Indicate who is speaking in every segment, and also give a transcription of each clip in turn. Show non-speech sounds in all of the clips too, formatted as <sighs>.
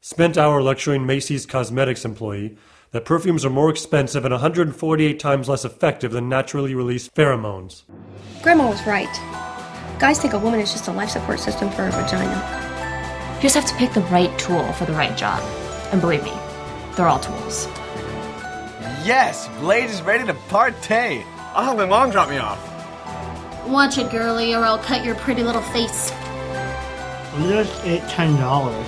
Speaker 1: spent hour lecturing Macy's cosmetics employee that perfumes are more expensive and 148 times less effective than naturally released pheromones.
Speaker 2: Grandma was right. Guys think a woman is just a life support system for her vagina.
Speaker 3: You just have to pick the right tool for the right job. And believe me, they're all tools.
Speaker 4: Yes, Blade is ready to partay. I'll have my mom drop me off.
Speaker 5: Watch it, girly, or I'll cut your pretty little face.
Speaker 6: Just at ten dollars.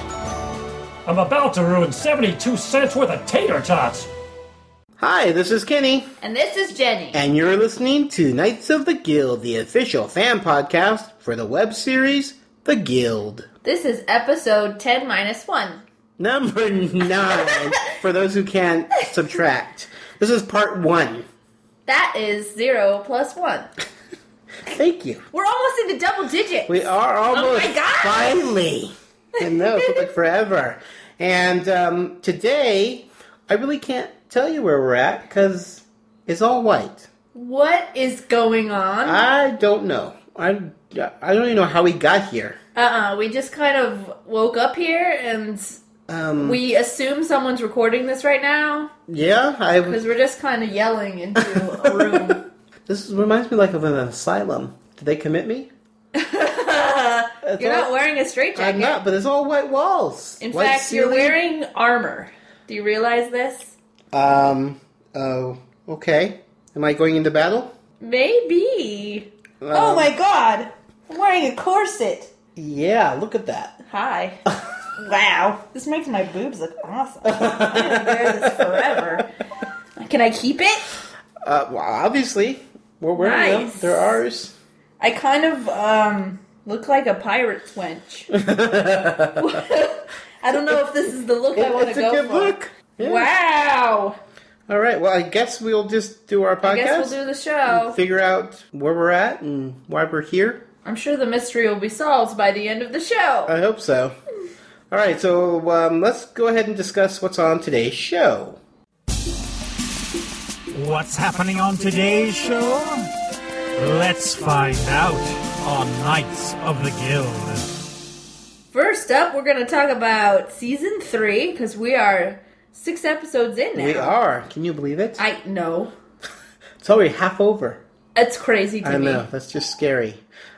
Speaker 7: I'm about to ruin 72 cents worth of tater tots.
Speaker 8: Hi, this is Kenny,
Speaker 9: And this is Jenny.
Speaker 8: and you're listening to Knights of the Guild, the official fan podcast for the web series The Guild.
Speaker 9: This is episode 10 minus 1.
Speaker 8: Number nine, <laughs> for those who can't subtract. This is part one.
Speaker 9: That is 0 plus 1.
Speaker 8: Thank you.
Speaker 9: We're almost into double digits.
Speaker 8: We are almost
Speaker 9: my God.
Speaker 8: finally. I know, it felt like forever. And um, today, I really can't tell you where we're at because it's all white.
Speaker 9: What is going on?
Speaker 8: I don't know. I, I don't even know how we got here.
Speaker 9: Uh-uh, we just kind of woke up here and
Speaker 8: Um.
Speaker 9: we assume someone's recording this right now
Speaker 8: Yeah, I.
Speaker 9: because we're just kind of yelling into a
Speaker 8: <laughs>
Speaker 9: room.
Speaker 8: This reminds me like of an asylum. Did they
Speaker 9: <laughs>
Speaker 8: commit me? It's
Speaker 9: You're not
Speaker 8: all-
Speaker 9: wearing a straitjacket.
Speaker 8: I'm not, but it's all white walls.
Speaker 9: In
Speaker 8: White
Speaker 9: fact, you're
Speaker 8: ceiling.
Speaker 9: wearing armor. Do you realize this?
Speaker 8: Um. Oh. Okay. Am I going into battle? Uh,
Speaker 9: Maybe.
Speaker 8: Um.
Speaker 9: oh my god! I'm wearing a corset.
Speaker 8: Yeah. Look at that.
Speaker 9: Hi. <laughs> wow. This makes my boobs look awesome. I'm gonna wear
Speaker 8: <laughs>
Speaker 9: this forever. Can I keep it?
Speaker 8: Uh. Well, obviously, we're wearing them.
Speaker 9: Nice.
Speaker 8: They're ours.
Speaker 9: I kind of um look like a pirate's
Speaker 8: <laughs>
Speaker 9: wench. I don't know if this is the look I want to
Speaker 8: it's a
Speaker 9: go
Speaker 8: good
Speaker 9: for.
Speaker 8: look. Yeah.
Speaker 9: Wow.
Speaker 8: All right. Well, I guess we'll just do our podcast.
Speaker 9: I guess we'll do the show.
Speaker 8: Figure out where we're at and why we're here.
Speaker 9: I'm sure the mystery will be solved by the end of the show.
Speaker 8: I hope so. All right, so um, let's go ahead and discuss what's on today's show.
Speaker 7: What's happening on today's show? Let's find out on Knights of the Guild.
Speaker 9: First up, we're going to talk about season 3 cuz we are 6 episodes in now.
Speaker 8: We are. Can you believe it?
Speaker 9: I know.
Speaker 8: It's already half over.
Speaker 9: It's crazy to
Speaker 8: I
Speaker 9: me.
Speaker 8: know. That's just scary.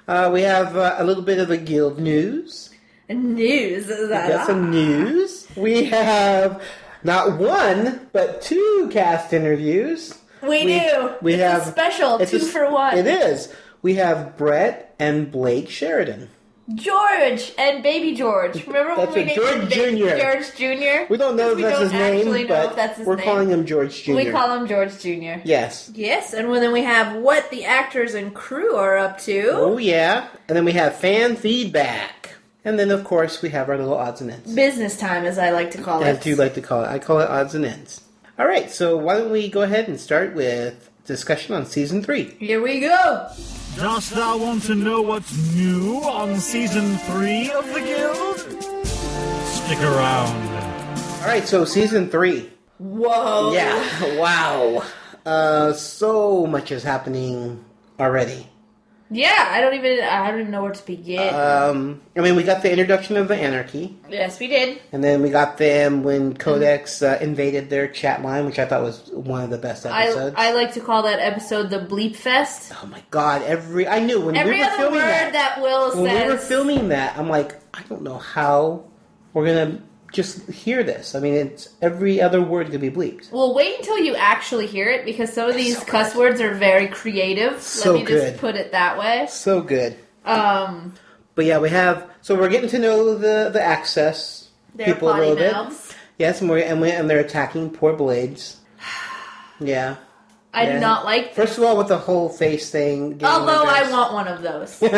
Speaker 8: Uh, we have uh, a little bit of the guild news.
Speaker 9: News.
Speaker 8: We got some news. We have not one but two cast interviews.
Speaker 9: We do.
Speaker 8: We
Speaker 9: It's a
Speaker 8: have
Speaker 9: special,
Speaker 8: it's
Speaker 9: two
Speaker 8: s-
Speaker 9: for one.
Speaker 8: It is. We have Brett and Blake Sheridan.
Speaker 9: George and Baby George. Remember
Speaker 8: That's
Speaker 9: when
Speaker 8: it,
Speaker 9: we
Speaker 8: George
Speaker 9: named him Baby
Speaker 8: Jr..
Speaker 9: George Jr.?
Speaker 8: We don't know if
Speaker 9: We
Speaker 8: that's
Speaker 9: don't
Speaker 8: his name,
Speaker 9: actually know
Speaker 8: but
Speaker 9: if that's his
Speaker 8: we're
Speaker 9: name.
Speaker 8: calling him George Jr.
Speaker 9: We call him George Jr.
Speaker 8: yes.
Speaker 9: Yes, and then we have what the actors and crew are up to.
Speaker 8: Oh yeah, and then we have fan feedback, and then of course we have our little odds and ends,
Speaker 9: Business time, as I like to call
Speaker 8: as
Speaker 9: it.
Speaker 8: you like to call it. I call it odds and ends. All right, so why don't we go ahead and start with discussion on season three?
Speaker 9: Here we go.
Speaker 7: Dost thou want to know what's new on season 3 of the Guild? Stick around.
Speaker 8: All right, so season three.
Speaker 9: Whoa. <laughs>
Speaker 8: Yeah, wow, uh, so much is happening already.
Speaker 9: Yeah, I don't even. I don't even know where to begin.
Speaker 8: Um, I mean, we got the introduction of the anarchy,
Speaker 9: yes, we did.
Speaker 8: and then we got them when Codex uh, invaded their chat line, which I thought was one of the best
Speaker 9: I,
Speaker 8: episodes.
Speaker 9: I like to call that episode the Bleep Fest.
Speaker 8: oh my god, every I knew when
Speaker 9: Every
Speaker 8: we were
Speaker 9: other
Speaker 8: filming
Speaker 9: word
Speaker 8: that.
Speaker 9: that, Will
Speaker 8: when
Speaker 9: says.
Speaker 8: we were filming that, I'm like, I don't know how we're gonna just hear this. I mean, it's every other word could be bleeped.
Speaker 9: Well, wait until you actually hear it because some of these cuss words are very creative.
Speaker 8: So
Speaker 9: Let me
Speaker 8: good.
Speaker 9: just put it that way.
Speaker 8: So good.
Speaker 9: Um,
Speaker 8: But yeah, we have. So we're getting to know the the access
Speaker 9: their potty
Speaker 8: bit.
Speaker 9: mouths.
Speaker 8: Yes, and we're and, we, and they're attacking poor blades. <sighs> Yeah.
Speaker 9: I
Speaker 8: Yeah.
Speaker 9: do not like.
Speaker 8: First of all, with the whole face thing. getting
Speaker 9: Although I
Speaker 8: reversed.
Speaker 9: want one of those. <laughs>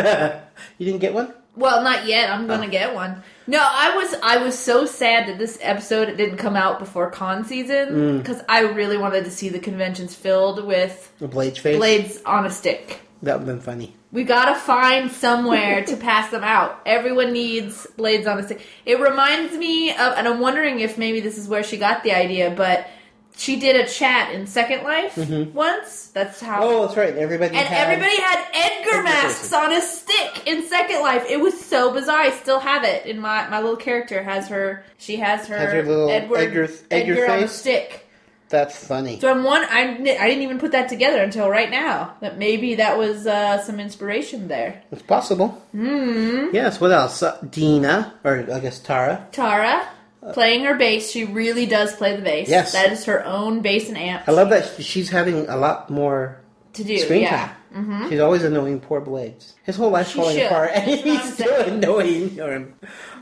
Speaker 8: You didn't get one.
Speaker 9: well, not yet. I'm gonna get one. No, I was I was so sad that this episode didn't come out before con season because I really wanted to see the conventions filled with
Speaker 8: The blades face.
Speaker 9: blades on a stick.
Speaker 8: That would've been funny.
Speaker 9: We gotta find somewhere to pass them out. Everyone needs blades on a stick. It reminds me of, and I'm wondering if maybe this is where she got the idea, but she did a chat in Second Life once. That's how.
Speaker 8: Mm-hmm. Oh, that's right. Everybody.
Speaker 9: and
Speaker 8: had-
Speaker 9: everybody had Edgar
Speaker 8: Edgar
Speaker 9: masks
Speaker 8: faces.
Speaker 9: on a stick in Second Life. It was so bizarre. I still have it in my my little character has her. She has her,
Speaker 8: Has her little
Speaker 9: Edward,
Speaker 8: Edgar- Edgar
Speaker 9: Edgar on a
Speaker 8: face?
Speaker 9: stick.
Speaker 8: That's funny.
Speaker 9: So I'm one. I didn't- I didn't even put that together until right now. That maybe that was uh, some inspiration there.
Speaker 8: It's possible.
Speaker 9: Mm-hmm.
Speaker 8: Mm. Yes. What else? Uh, Dina, or I guess Tara.
Speaker 9: Tara playing her bass. She really does play the bass.
Speaker 8: Uh, Yes.
Speaker 9: that is her own bass and amp.
Speaker 8: I love that she's having a lot more
Speaker 9: to do.
Speaker 8: screen
Speaker 9: yeah. Mm-hmm.
Speaker 8: time. She's always annoying poor Blades. His whole life's
Speaker 9: She
Speaker 8: falling
Speaker 9: should.
Speaker 8: apart, <laughs> and
Speaker 9: That's what
Speaker 8: he's
Speaker 9: I'm
Speaker 8: still annoying him.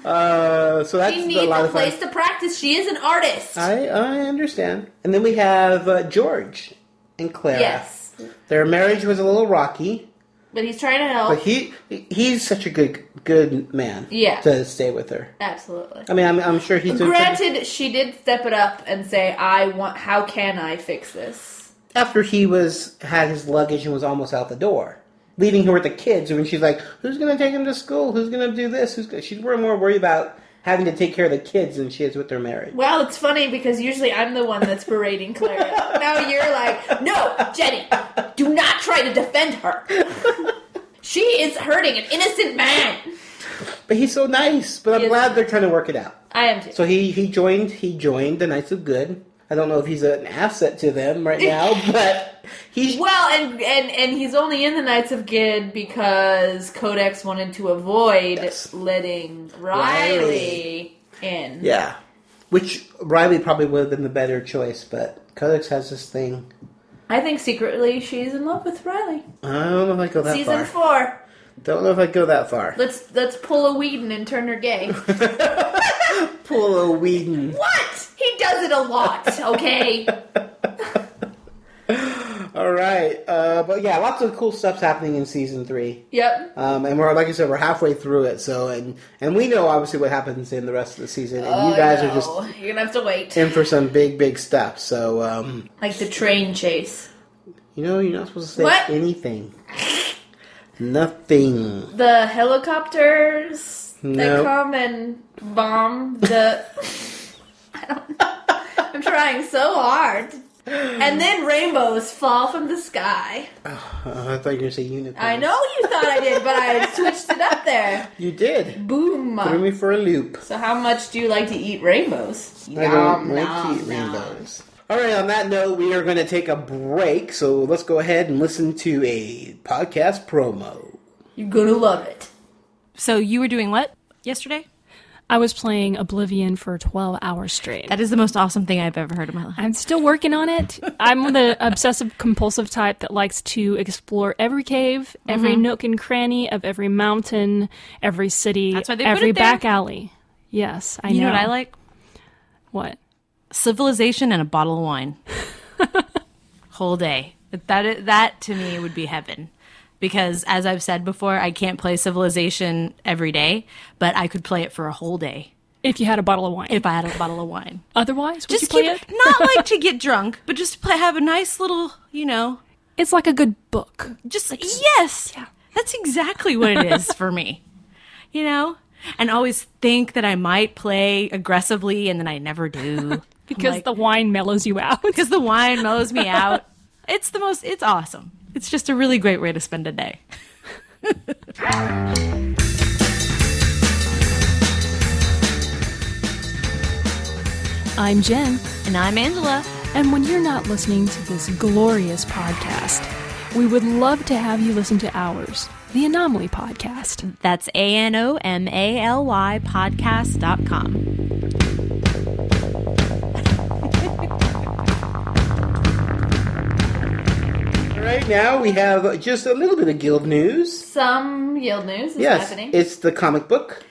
Speaker 8: Uh, so that's
Speaker 9: She
Speaker 8: a
Speaker 9: needs
Speaker 8: lot
Speaker 9: a
Speaker 8: of fun.
Speaker 9: place to practice. She is an artist.
Speaker 8: I I understand. And then we have uh, George and Clara.
Speaker 9: yes,
Speaker 8: Their marriage was a little rocky,
Speaker 9: but he's trying to help.
Speaker 8: but he he's such a good good man.
Speaker 9: Yeah.
Speaker 8: To stay with her.
Speaker 9: Absolutely.
Speaker 8: I mean, I'm, I'm sure he's doing something-
Speaker 9: Granted, she did step it up and say, "I want. How can I fix this?"
Speaker 8: after he was had his luggage and was almost out the door, leaving her with the kids. I mean, she's like, "Who's going to take him to school? Who's going to do this? Who's?" Gonna... She's more more worried about having to take care of the kids than she is with their marriage.
Speaker 9: Well, it's funny because usually I'm the one that's berating
Speaker 8: <laughs>
Speaker 9: Clara. now you're like, "No, Jenny, do not try to defend
Speaker 8: <laughs>
Speaker 9: her. she is hurting an innocent man."
Speaker 8: But he's so nice. But I'm
Speaker 9: Yes.
Speaker 8: glad they're trying to work it out.
Speaker 9: I am too.
Speaker 8: So he he joined he joined the Knights of Good. I don't know if he's an asset to
Speaker 9: <laughs>
Speaker 8: them right now, but he's
Speaker 9: well, and, and and he's only in the Knights of Gid because Codex wanted to avoid
Speaker 8: Yes.
Speaker 9: letting Riley
Speaker 8: Riley.
Speaker 9: in.
Speaker 8: yeah. Which Riley probably would have been the better choice, but Codex has this thing.
Speaker 9: I think secretly she's in love with Riley.
Speaker 8: I don't know if I go that
Speaker 9: Season
Speaker 8: far.
Speaker 9: four.
Speaker 8: Don't know if I go that far.
Speaker 9: Let's let's pull a Whedon and turn her
Speaker 8: <laughs>
Speaker 9: gay.
Speaker 8: Pull a Whedon.
Speaker 9: what? He does it a lot,
Speaker 8: <laughs>
Speaker 9: okay?
Speaker 8: All right, uh, but yeah, lots of cool stuff's happening in season three,
Speaker 9: yep.
Speaker 8: um, and we're like I said, we're halfway through it. So, and and we know obviously what happens in the rest of the season, and
Speaker 9: Oh,
Speaker 8: you guys are just
Speaker 9: You're gonna have to wait.
Speaker 8: in for some big, big stuff. So, um,
Speaker 9: Like the train chase.
Speaker 8: you know, you're not supposed to say
Speaker 9: What?
Speaker 8: anything. Nothing.
Speaker 9: The helicopters that
Speaker 8: No.
Speaker 9: come and bomb
Speaker 8: <laughs>
Speaker 9: the I don't know. I'm trying so hard. And then rainbows fall from the sky.
Speaker 8: Uh, I thought you were gonna say unicorn.
Speaker 9: I know you thought I did, but I switched it up there.
Speaker 8: you did.
Speaker 9: Boom.
Speaker 8: Threw me for a loop.
Speaker 9: So how much do you like to eat rainbows?
Speaker 8: I don't like to eat rainbows. All right, on that note, we are going to take a break. So let's go ahead and listen to a podcast promo.
Speaker 9: You're gonna love it.
Speaker 10: So you were doing what yesterday?
Speaker 11: I was playing Oblivion for 12 hours straight.
Speaker 10: That is the most awesome thing I've ever heard in my life.
Speaker 11: I'm still working on it. I'm
Speaker 10: <laughs>
Speaker 11: the obsessive compulsive type that likes to explore every cave, every
Speaker 10: Mm-hmm.
Speaker 11: nook and cranny of every mountain, every city,
Speaker 10: That's why they put
Speaker 11: every
Speaker 10: it there.
Speaker 11: back alley. Yes, I
Speaker 10: You know
Speaker 11: know.
Speaker 10: what I like?
Speaker 11: What?
Speaker 10: Civilization and a bottle of
Speaker 11: <laughs>
Speaker 10: wine. Whole day. That i- that to me would be heaven. Because as I've said before, I can't play Civilization every day, but I could play it for a whole day
Speaker 11: If you had a bottle of wine.
Speaker 10: if I had a bottle of wine.
Speaker 11: Otherwise, would you
Speaker 10: Just
Speaker 11: play
Speaker 10: keep,
Speaker 11: it?
Speaker 10: not like to get drunk, but just to play, have a nice little, you know,
Speaker 11: It's like <laughs> a good book.
Speaker 10: just yes that's exactly
Speaker 11: <laughs>
Speaker 10: what it is for me you know and always think that i might play aggressively and then i
Speaker 11: <laughs>
Speaker 10: never do
Speaker 11: Because
Speaker 10: like-
Speaker 11: the wine mellows you out.
Speaker 10: because the wine mellows
Speaker 11: <laughs>
Speaker 10: me out it's the most it's awesome it's just a really great way to spend a day
Speaker 11: I'm Jen.
Speaker 10: and i'm angela
Speaker 11: And when you're not listening to this glorious podcast, we would love to have you listen to ours, the Anomaly Podcast.
Speaker 10: that's a-n-o-m-a-l-y podcast.com
Speaker 8: All right, now we have just a little bit of guild news.
Speaker 9: Some Yield News is
Speaker 8: yes,
Speaker 9: happening.
Speaker 8: it's the comic book.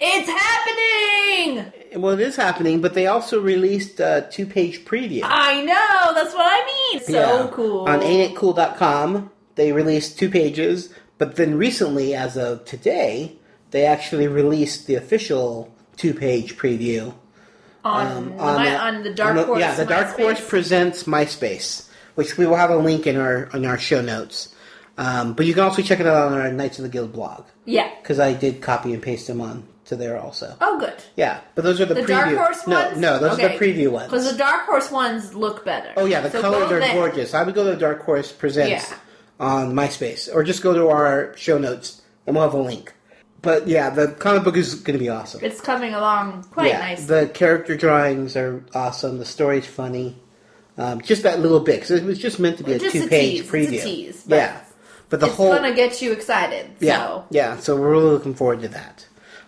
Speaker 9: it's happening!
Speaker 8: Well, it is happening, but they also released a two page preview.
Speaker 9: I know, that's what I mean. Ah, So
Speaker 8: Yeah.
Speaker 9: cool.
Speaker 8: On ain'titcool.com, they released two pages, but then recently, as of today, they actually released the official two page preview.
Speaker 9: on, the, my-
Speaker 8: that-
Speaker 9: on the Dark
Speaker 8: on
Speaker 9: Horse.
Speaker 8: Yeah, the Dark
Speaker 9: MySpace.
Speaker 8: Horse presents MySpace, which we will have a link in our in our show notes. Um, but you can also check it out on our Knights of the Guild blog
Speaker 9: Yeah.
Speaker 8: because I did copy and paste them on to there also.
Speaker 9: Oh, good.
Speaker 8: Yeah, but those are the,
Speaker 9: The
Speaker 8: preview.
Speaker 9: Dark Horse
Speaker 8: no,
Speaker 9: ones?
Speaker 8: no, those are
Speaker 9: Okay.
Speaker 8: the preview ones.
Speaker 9: Because the Dark Horse ones look better.
Speaker 8: Oh yeah, the
Speaker 9: So
Speaker 8: colors
Speaker 9: go
Speaker 8: are
Speaker 9: there.
Speaker 8: gorgeous. I would go to Dark Horse Presents
Speaker 9: Yeah.
Speaker 8: on MySpace, or just go to our show notes and we'll have a link. But yeah, the comic book is going to be awesome.
Speaker 9: It's coming along quite
Speaker 8: yeah,
Speaker 9: nice.
Speaker 8: The character drawings are awesome. The story's funny. Um, just that little bit, 'cause it was just meant to be a
Speaker 9: Just a
Speaker 8: two-page
Speaker 9: tease,
Speaker 8: preview.
Speaker 9: it's a tease, but
Speaker 8: yeah, but the
Speaker 9: it's
Speaker 8: whole
Speaker 9: gonna get you excited.
Speaker 8: yeah,
Speaker 9: So
Speaker 8: yeah. So we're really looking forward to that.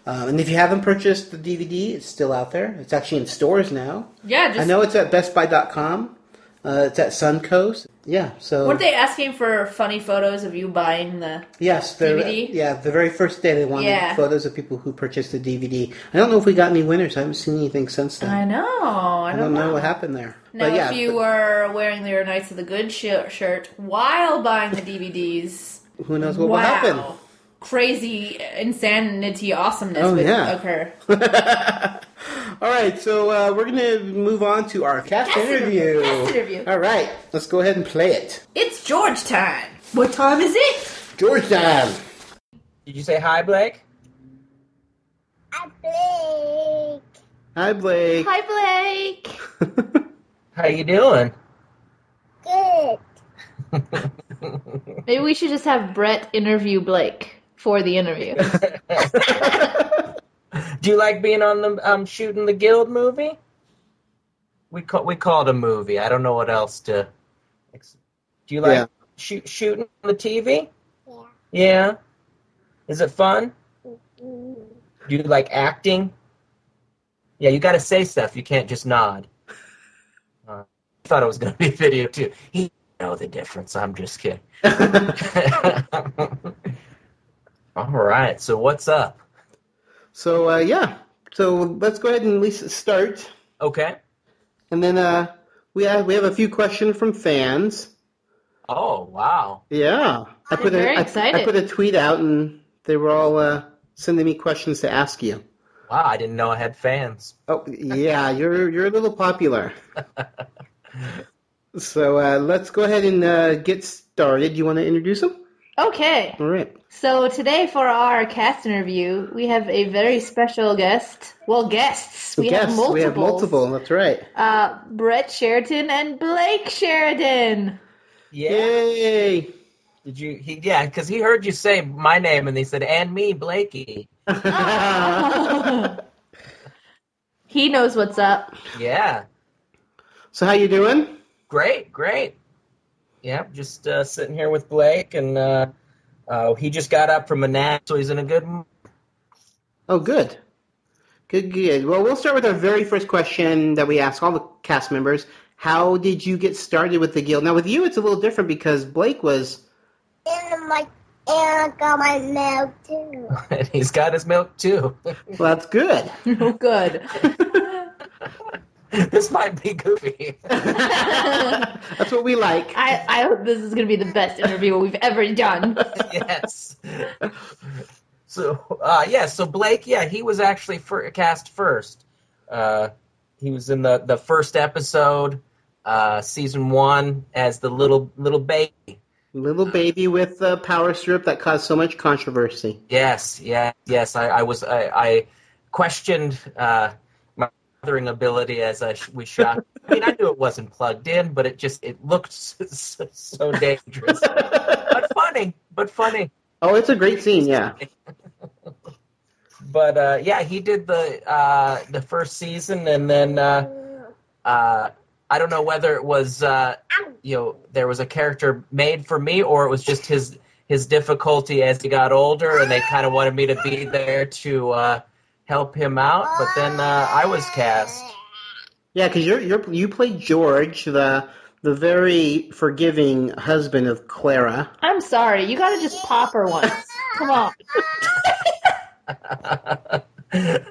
Speaker 8: Um, and if you haven't purchased the DVD, it's still out there. It's actually in stores now.
Speaker 9: yeah, just
Speaker 8: I know it's at BestBuy.com. Uh, it's at Suncoast. Yeah. So
Speaker 9: weren't they asking for funny photos of you buying the?
Speaker 8: Yes, the
Speaker 9: DVD?
Speaker 8: yeah, the very first day they wanted
Speaker 9: Yeah.
Speaker 8: photos of people who purchased the DVD. I don't know if we got any winners. I haven't seen anything since then.
Speaker 9: I know. I
Speaker 8: I
Speaker 9: don't,
Speaker 8: don't know what happened there.
Speaker 9: Now,
Speaker 8: but yeah,
Speaker 9: if you were wearing your Knights of the Good shi- shirt while buying the DVDs,
Speaker 8: who knows what
Speaker 9: wow,
Speaker 8: will happen?
Speaker 9: Crazy insanity awesomeness
Speaker 8: Oh,
Speaker 9: would
Speaker 8: yeah.
Speaker 9: occur.
Speaker 8: All right, so uh, we're gonna move on to our cast, interview.
Speaker 9: cast interview.
Speaker 8: All right, let's go ahead and play it.
Speaker 9: It's George time. What time is it?
Speaker 8: George time.
Speaker 12: Did you say hi, Blake?
Speaker 13: Blake.
Speaker 8: Hi, Blake.
Speaker 13: Hi, Blake.
Speaker 12: How you doing?
Speaker 13: Good.
Speaker 5: Maybe we should just have Brett interview Blake for
Speaker 8: <laughs>
Speaker 5: the interview.
Speaker 12: Do you like being on the um, shooting the guild movie? We call we call it a movie. I don't know what else to. ex- Do you like
Speaker 8: Yeah.
Speaker 12: shoot shooting on the TV? Yeah. Yeah. Is it fun? Do you like acting? Yeah, you got to say stuff. You can't just nod. Uh, I thought it was going to be <laughs> video too. He know the difference. I'm just kidding. All right. So what's up?
Speaker 8: So uh, yeah, so let's go ahead and at least start.
Speaker 12: Okay.
Speaker 8: And then uh, we have we have a few questions from fans.
Speaker 12: Oh wow.
Speaker 8: Yeah, I put
Speaker 12: very
Speaker 8: a, I,
Speaker 12: excited.
Speaker 8: I put a tweet out, and they were all uh, sending me questions to ask you.
Speaker 12: Wow, I didn't know I had fans.
Speaker 8: Oh
Speaker 12: <laughs>
Speaker 8: yeah, you're you're a little popular. so uh, let's go ahead and uh, get started. You want to introduce them?
Speaker 5: okay.
Speaker 8: All right.
Speaker 5: So today for our cast interview, we have a very special guest. Well, guests. We
Speaker 8: yes,
Speaker 5: have multiple.
Speaker 8: we have multiple. That's right.
Speaker 5: Uh, Brett Sheraton and Blake Sheridan.
Speaker 12: Yeah.
Speaker 8: Yay!
Speaker 12: Did you? He yeah, because he heard you say my name, and he said, "And me, Blakey."
Speaker 5: he knows
Speaker 8: <laughs>
Speaker 5: what's up.
Speaker 12: Yeah.
Speaker 8: So how you doing?
Speaker 12: Great, great. Yeah, just uh, sitting here with Blake, and uh, uh, he just got up from a nap, so he's in a good. mood. <laughs>
Speaker 8: Oh, good. Good, good. Well, we'll start with our very first question that we ask all the cast members. How did you get started with the guild? Now, with you, it's a little different because Blake was.
Speaker 13: And my and I got my milk too.
Speaker 12: And he's got his milk too. <laughs>
Speaker 8: Well, that's good. <laughs>
Speaker 5: good.
Speaker 12: this might be goofy. <laughs>
Speaker 8: That's what we like.
Speaker 5: I, I hope this is going to be the best interview we've ever done.
Speaker 12: yes. So uh, yeah, so Blake, yeah, he was actually fir- cast first. Uh, he was in the the first episode, uh, season one, as the little little baby.
Speaker 8: Little baby with the power syrup that caused so much controversy.
Speaker 12: Yes, yeah, yes. I, I was I, I questioned uh, my gathering ability as I sh- we shot. I mean, I knew it wasn't plugged in, but it just it looked <laughs> so, so, so dangerous, but funny, but funny.
Speaker 8: Oh, it's a great scene, yeah.
Speaker 12: But uh, yeah, he did the uh, the first season, and then uh, uh, I don't know whether it was uh, you know there was a character made for me, or it was just his his difficulty as he got older, and they kind of wanted me to be there to uh, help him out. But then uh, I was cast. <laughs>
Speaker 8: Yeah, because you're, you're you play George, the the very forgiving husband of Clara.
Speaker 5: I'm sorry. You got to just pop her once. Come on.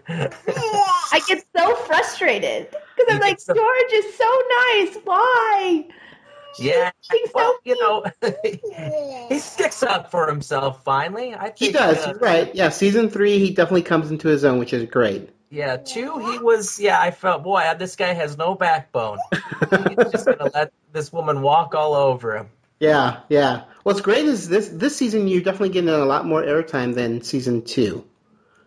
Speaker 5: I get so frustrated because I'm like, George is so nice. Why?
Speaker 12: Yeah, well, you know, <laughs> he sticks up for himself. Finally, I think
Speaker 8: He does,
Speaker 12: uh,
Speaker 8: right? Yeah, season three, he definitely comes into his own, which is great.
Speaker 12: Yeah, two, he was, yeah, I felt, boy, this guy has no backbone. He's just going to let this woman walk all over him.
Speaker 8: Yeah, yeah. What's great is this this season you're definitely getting a lot more airtime than season two.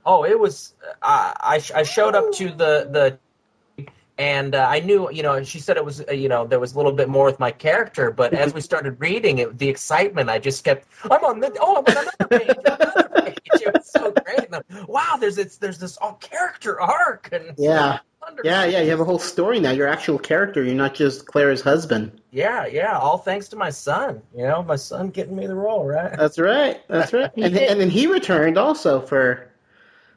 Speaker 12: Oh, it was. Uh, I sh- I showed up to the the, and uh, I knew you know. She said it was uh, you know there was a little bit more with my character, but as we started reading it, the excitement I just kept. I'm on the oh I'm on another page, another page. It was so great. And I'm, wow, there's this there's this all character arc and
Speaker 8: Yeah. Yeah, yeah. You have a whole story now. Your actual character. You're not just Clara's husband.
Speaker 12: yeah yeah all thanks to my son. You know my son getting me the role right.
Speaker 8: That's right. That's right. and, then, and then he returned also for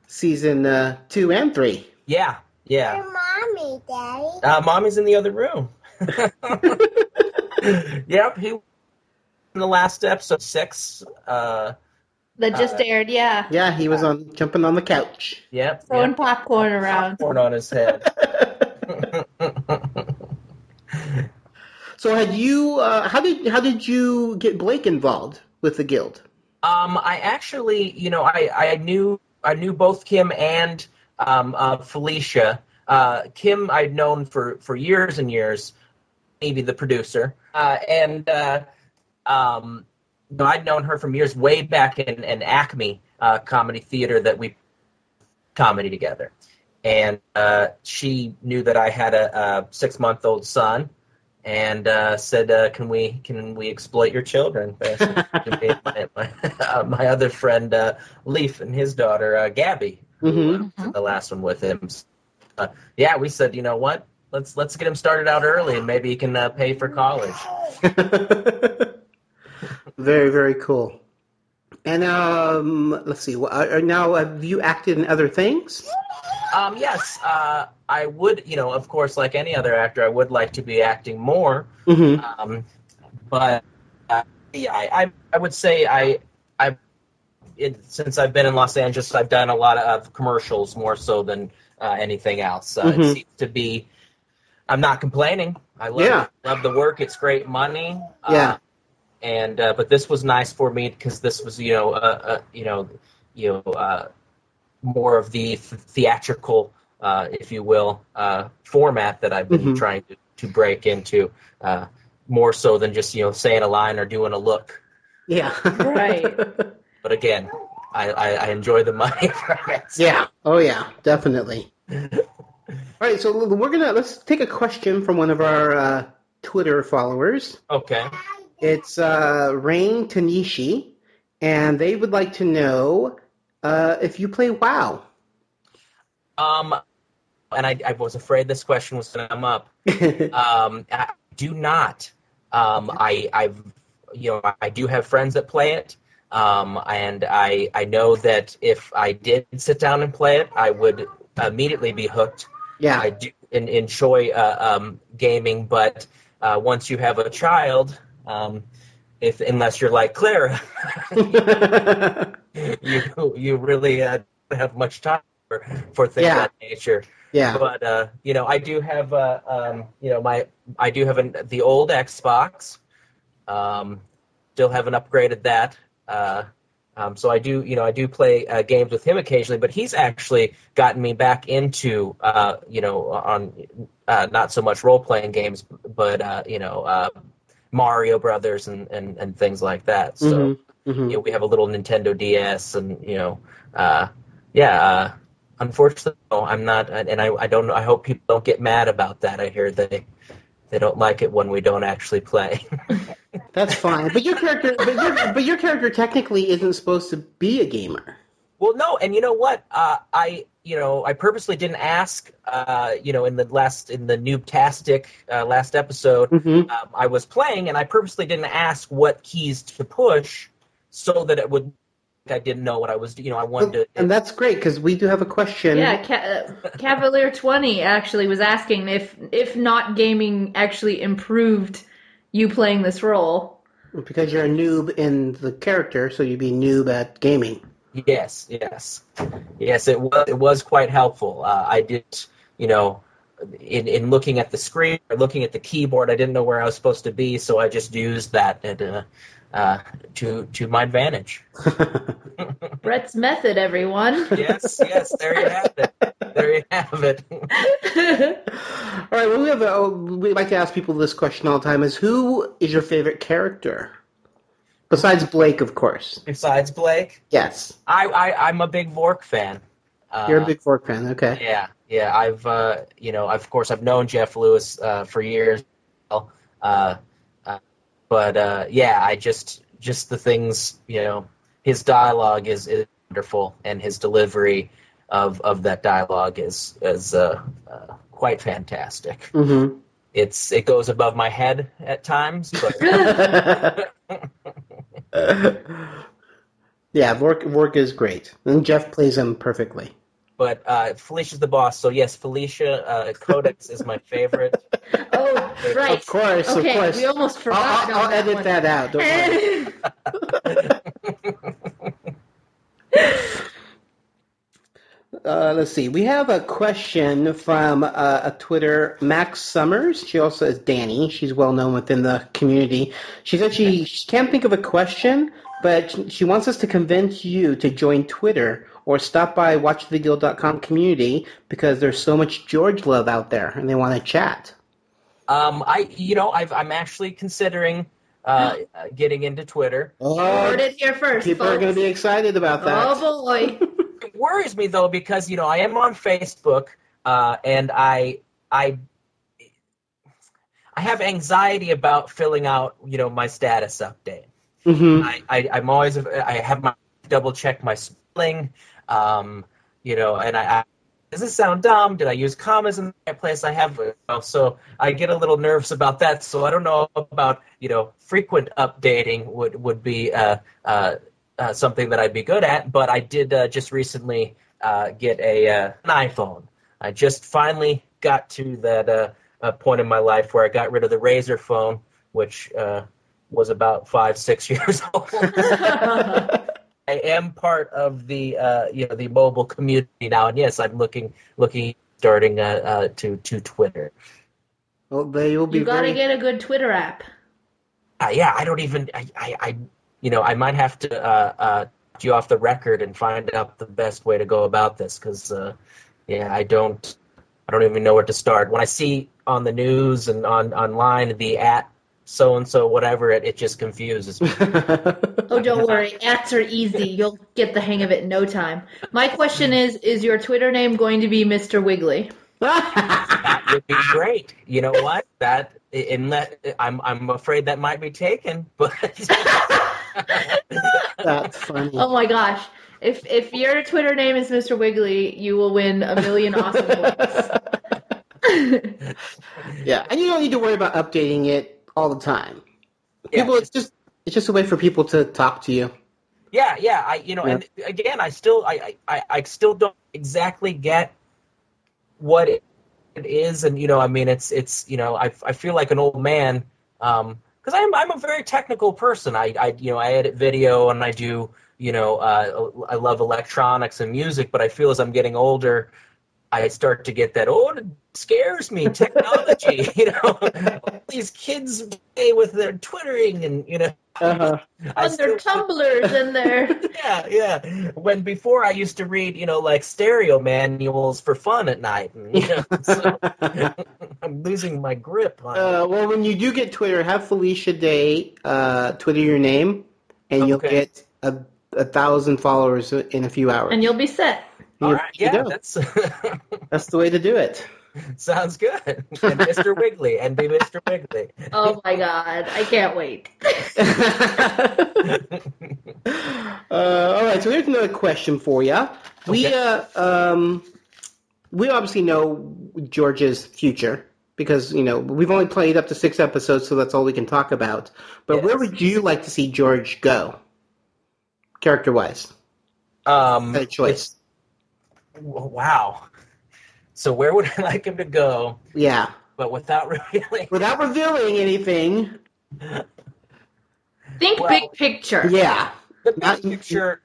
Speaker 8: season uh, two and three.
Speaker 12: Yeah yeah.
Speaker 13: Mommy, Daddy.
Speaker 12: Uh, mommy's in the other room. <laughs> yep, he in the last episode six. Uh,
Speaker 5: That just
Speaker 12: uh,
Speaker 5: aired, yeah.
Speaker 8: Yeah, he was on jumping on the couch.
Speaker 12: Yep.
Speaker 5: Throwing popcorn around.
Speaker 12: Corn on his head.
Speaker 8: So had you? Uh, how did how did you get Blake involved with the guild?
Speaker 12: Um, I actually, you know, I, I knew I knew both Kim and um, uh, Felicia. Uh, Kim I'd known for, for years and years, maybe the producer, uh, and uh, um, you know, I'd known her from years way back in, in Acme uh, Comedy Theater that we comedy together, and uh, she knew that I had a, a six month old son. And uh, said, uh, "Can we can we exploit your children?" <laughs> basically. my, my, <laughs> uh, my other friend uh, Leaf and his daughter uh, Gabby,
Speaker 8: Mm-hmm.
Speaker 12: the last one with him. Uh, yeah, we said, you know what? Let's let's get him started out early, and maybe he can uh, pay for college.
Speaker 8: <laughs> Very very cool. And um, let's see. wh- Are, are now have you acted in other things?
Speaker 12: Um, yes, uh, I would. You know, of course, like any other actor, I would like to be acting more.
Speaker 8: Mm-hmm.
Speaker 12: Um, but uh, yeah, I, I I would say I I it, since I've been in Los Angeles, I've done a lot of commercials more so than uh, anything else. Uh, It
Speaker 14: Mhm.
Speaker 12: seems to be. I'm not complaining. I love
Speaker 14: Yeah.
Speaker 12: love the work. It's great money.
Speaker 14: Yeah.
Speaker 12: Uh, and uh, but this was nice for me because this was you know uh, uh, you know you know uh, more of the th- theatrical, uh, if you will, uh, format that I've been
Speaker 14: Mhm.
Speaker 12: trying to, to break into. Uh, more so than just you know saying a line or doing a look.
Speaker 8: Yeah.
Speaker 5: Right.
Speaker 12: But again, I, I, I enjoy the money <laughs> from it.
Speaker 8: <laughs> Yeah. Oh yeah. Definitely. All right. So we're gonna let's take a question from one of our uh, Twitter followers.
Speaker 12: Okay.
Speaker 8: It's uh, Rain Tanishi, and they would like to know uh, if you play WoW.
Speaker 12: Um, and I, I was afraid this question was going to come up. um, I do not. Um, I, I've, you know, I do have friends that play it. Um, and I, I know that if I did sit down and play it, I would immediately be hooked.
Speaker 8: Yeah.
Speaker 12: I do en- enjoy uh, um, gaming, but uh, once you have a child, um, if unless you're like Clara, <laughs>
Speaker 8: <laughs>
Speaker 12: you you really uh, don't have much time for, for things
Speaker 8: Yeah.
Speaker 12: of that nature.
Speaker 8: Yeah.
Speaker 12: But uh, you know, I do have uh, um, you know my I do have an, the old Xbox. Um, still haven't upgraded that. Uh, um, so I do you know I do play uh, games with him occasionally, but he's actually gotten me back into uh, you know on uh, not so much role playing games, but uh, you know uh, Mario Brothers and, and and things like that. So you know, we have a little Nintendo DS, and you know, uh, yeah. Uh, unfortunately, no, I'm not, and I, I don't. I hope people don't get mad about that. I hear they they don't like it when we don't actually play. <laughs>
Speaker 8: That's fine. But your character, but your, but your character technically isn't supposed to be a gamer.
Speaker 12: well, no, and you know what? Uh, I you know I purposely didn't ask. Uh, you know, in the last in the Noobtastic uh, last episode,
Speaker 8: Mhm.
Speaker 12: um, I was playing, and I purposely didn't ask what keys to push, so that it would. I didn't know what I was. You know, I wanted to.
Speaker 8: And that's great because we do have a question.
Speaker 5: Yeah, Ca- uh, Cavalier Twenty actually was asking if if not gaming actually improved you playing this role.
Speaker 8: Because you're a noob in the character, so you'd be noob at gaming.
Speaker 12: Yes, yes, yes. It was it was quite helpful. Uh, I did, you know, in in looking at the screen or looking at the keyboard, I didn't know where I was supposed to be, so I just used that at, uh, uh, to to my advantage.
Speaker 5: Brett's method, everyone.
Speaker 12: Yes, yes. There you have it. There you have it.
Speaker 8: All right. Well, we have. A, we like to ask people this question all the time: Is who is your favorite character? Besides Blake, of course.
Speaker 12: Besides Blake,
Speaker 8: Yes.
Speaker 12: I, I I'm a big Vork fan. Uh,
Speaker 8: You're a big Fork fan, okay?
Speaker 12: Yeah, yeah. I've uh, you know, I've, of course, I've known Jeff Lewis uh, for years. Uh, uh, but uh, yeah, I just just the things you know, his dialogue is, is wonderful, and his delivery of of that dialogue is is uh, uh, quite fantastic.
Speaker 8: Mm-hmm.
Speaker 12: It's it goes above my head at times, but
Speaker 8: Yeah, Vork, Vork is great. And Jeff plays him perfectly.
Speaker 12: but uh, Felicia's the boss. So yes, Felicia uh, Codex is my favorite.
Speaker 5: Oh, right.
Speaker 8: Of course, of
Speaker 5: okay,
Speaker 8: course.
Speaker 5: We almost forgot.
Speaker 8: I'll, I'll edit that out. Don't worry. Uh, let's see. We have a question from uh, a Twitter, Max Summers. She also is Danny. She's well known within the community. She said she, she can't think of a question, but she wants us to convince you to join Twitter or stop by watchtheguild.com community because there's so much George love out there and they want to chat.
Speaker 12: Um, I you know I've, I'm actually considering uh, uh, getting into Twitter.
Speaker 8: Oh,
Speaker 5: here first.
Speaker 8: people are going to be excited about that.
Speaker 5: Oh boy.
Speaker 12: It worries me though because you know I am on Facebook uh, and I I I have anxiety about filling out you know my status update.
Speaker 8: Mm-hmm.
Speaker 12: I, I I'm always I have my double check my spelling, um, you know, and I. I does this sound dumb? Did I use commas in the right place? I have, you know, so I get a little nervous about that. So I don't know about you know frequent updating would would be uh, uh, uh, something that I'd be good at. But I did uh, just recently uh, get a uh, an iPhone. I just finally got to that uh, uh, point in my life where I got rid of the Razor phone, which uh, was about five six <laughs> years old. I am part of the uh, you know the mobile community now, and yes, I'm looking looking starting uh, uh, to to Twitter.
Speaker 8: Well, Oh, they will be
Speaker 5: You gotta
Speaker 8: very-
Speaker 5: get a good Twitter app.
Speaker 12: Uh, yeah, I don't even I, I, I you know I might have to uh, uh, talk to you off the record and find out the best way to go about this because uh, yeah, I don't I don't even know where to start. When I see on the news and on online the at so and so whatever, it, it just confuses me.
Speaker 5: Oh, don't worry. Ads are easy. You'll get the hang of it in no time. My question is: Is your Twitter name going to be Mr. Wiggly?
Speaker 12: that would be great. You know what? That unless I'm I'm afraid that might be taken, but
Speaker 8: <laughs>
Speaker 12: <laughs>
Speaker 8: That's funny.
Speaker 5: Oh my gosh! If if your Twitter name is Mr. Wiggly, you will win a million awesome points.
Speaker 8: Yeah, and you don't need to worry about updating it all the time. People, it's just it's just a way for people to talk to you.
Speaker 12: Yeah, yeah. I you know,
Speaker 8: Yeah.
Speaker 12: and again, I still I, I I- I still don't exactly get what it it is, and you know, I mean, it's it's you know, I I feel like an old man um because I'm I'm a very technical person. I I you know I edit video and I do you know uh, I love electronics and music, but I feel as I'm getting older. I start to get that. Oh, it scares me. Technology, <laughs> you know, all these kids play with their twittering and you know, <laughs> I
Speaker 5: On their tumblers and their
Speaker 12: yeah, yeah. When before I used to read, you know, like stereo manuals for fun at night, and you know, <laughs> so I'm losing my grip on.
Speaker 8: Uh, well, when you do get Twitter, have Felicia Day uh, Twitter your name, and you'll get a, a thousand followers in a few hours.
Speaker 5: and you'll be set.
Speaker 8: All
Speaker 12: right, yeah, that's <laughs>
Speaker 8: that's the way to do it.
Speaker 12: Sounds good. And Mr. Wiggly, and be Mr. Wiggly.
Speaker 5: Oh my god! I can't wait.
Speaker 8: Uh, all right, so here's another question for you. We uh, um, we obviously know George's future because you know we've only played up to six episodes, so that's all we can talk about. But where would you like to see George go, character wise?
Speaker 12: Um,
Speaker 8: a choice.
Speaker 12: Wow. So where would I <laughs> like him to go?
Speaker 8: Yeah,
Speaker 12: But without <laughs> revealing.
Speaker 8: without revealing anything.
Speaker 5: Think big picture.
Speaker 8: Yeah.
Speaker 12: The big picture.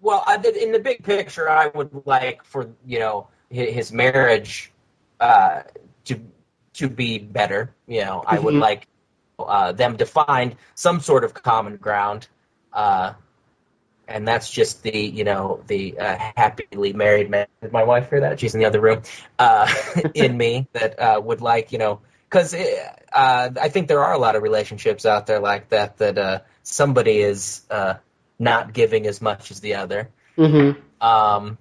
Speaker 12: Well, I, did- in the big picture, I would like for you know hi- his marriage uh, to to be better. You know, I would
Speaker 14: Mhm.
Speaker 12: like uh, them to find some sort of common ground, uh, and that's just the you know the uh, happily married man. Did my wife hear that? She's in the other room. Uh, <laughs> in me that uh, would like you know because uh, I think there are a lot of relationships out there like that that uh, somebody is uh, not giving as much as the other.
Speaker 8: Mm-hmm.
Speaker 12: Um,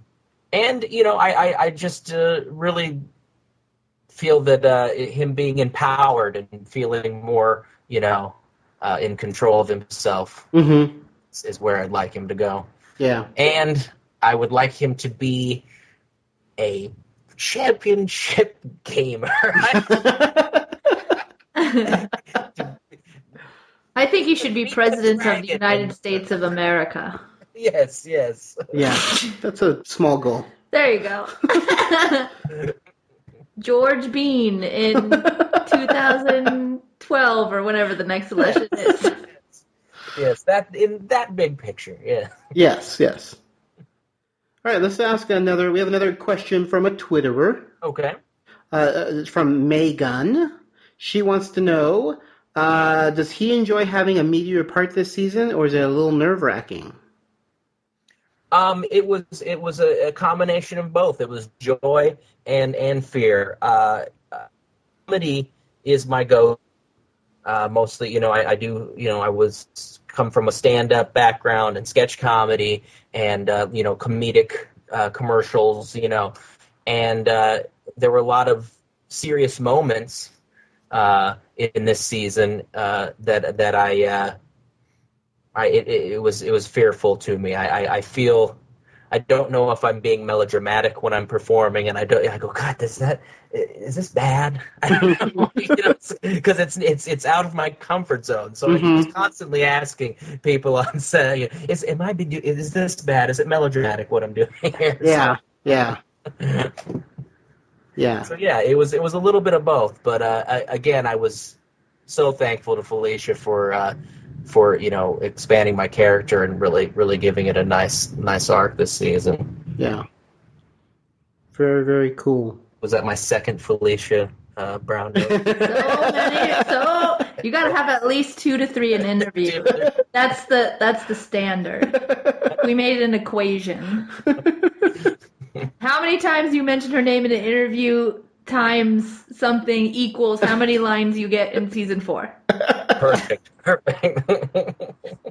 Speaker 12: and you know, I I, I just uh, really feel that uh, him being empowered and feeling more, you know, uh, in control of himself
Speaker 8: Mm-hmm.
Speaker 12: is, is where I'd like him to go.
Speaker 8: Yeah.
Speaker 12: And I would like him to be a championship <laughs> gamer.
Speaker 5: I think he should be president of the United States of America.
Speaker 12: yes, yes.
Speaker 8: Yeah, that's a small goal.
Speaker 5: There you go. <laughs> George Bean in 2012 or whenever the next election <laughs> is.
Speaker 12: yes, that in that big picture, yeah.
Speaker 8: Yes, yes. All right, let's ask another. We have another question from a Twitterer.
Speaker 12: Okay.
Speaker 8: Uh, uh, it's from Megan. She wants to know uh, Does he enjoy having a meteor part this season, or is it a little nerve wracking?
Speaker 12: Um, it was it was a, a combination of both. It was joy and and fear. Uh, uh, comedy is my go. Uh, mostly, you know, I, I do. You know, I was come from a stand up background and sketch comedy and uh, you know comedic uh, commercials. You know, and uh, there were a lot of serious moments uh, in this season uh, that that I. Uh, I it, it it was it was fearful to me. I, I, I feel I don't know if I'm being melodramatic when I'm performing, and I don't. I go, God, is that is this bad? <laughs> Because it's it's it's out of my comfort zone. So I'm
Speaker 14: Mhm.
Speaker 12: just constantly asking people on set, you know, is am I be, is this bad? Is it melodramatic what I'm doing here?
Speaker 8: Yeah, yeah.
Speaker 12: So,
Speaker 8: Yeah.
Speaker 12: so yeah, it was it was a little bit of both, but uh, I, again, I was so thankful to Felicia for. Uh, for you know expanding my character and really really giving it a nice nice arc this season.
Speaker 8: Yeah. Very, very cool.
Speaker 12: Was that my second Felicia uh, Brown?
Speaker 5: So you got to have at least two to three an interview. That's the that's the standard. We made an equation. How many times you mention her name in an interview times something equals how many lines you get in season four?
Speaker 12: Perfect. <laughs>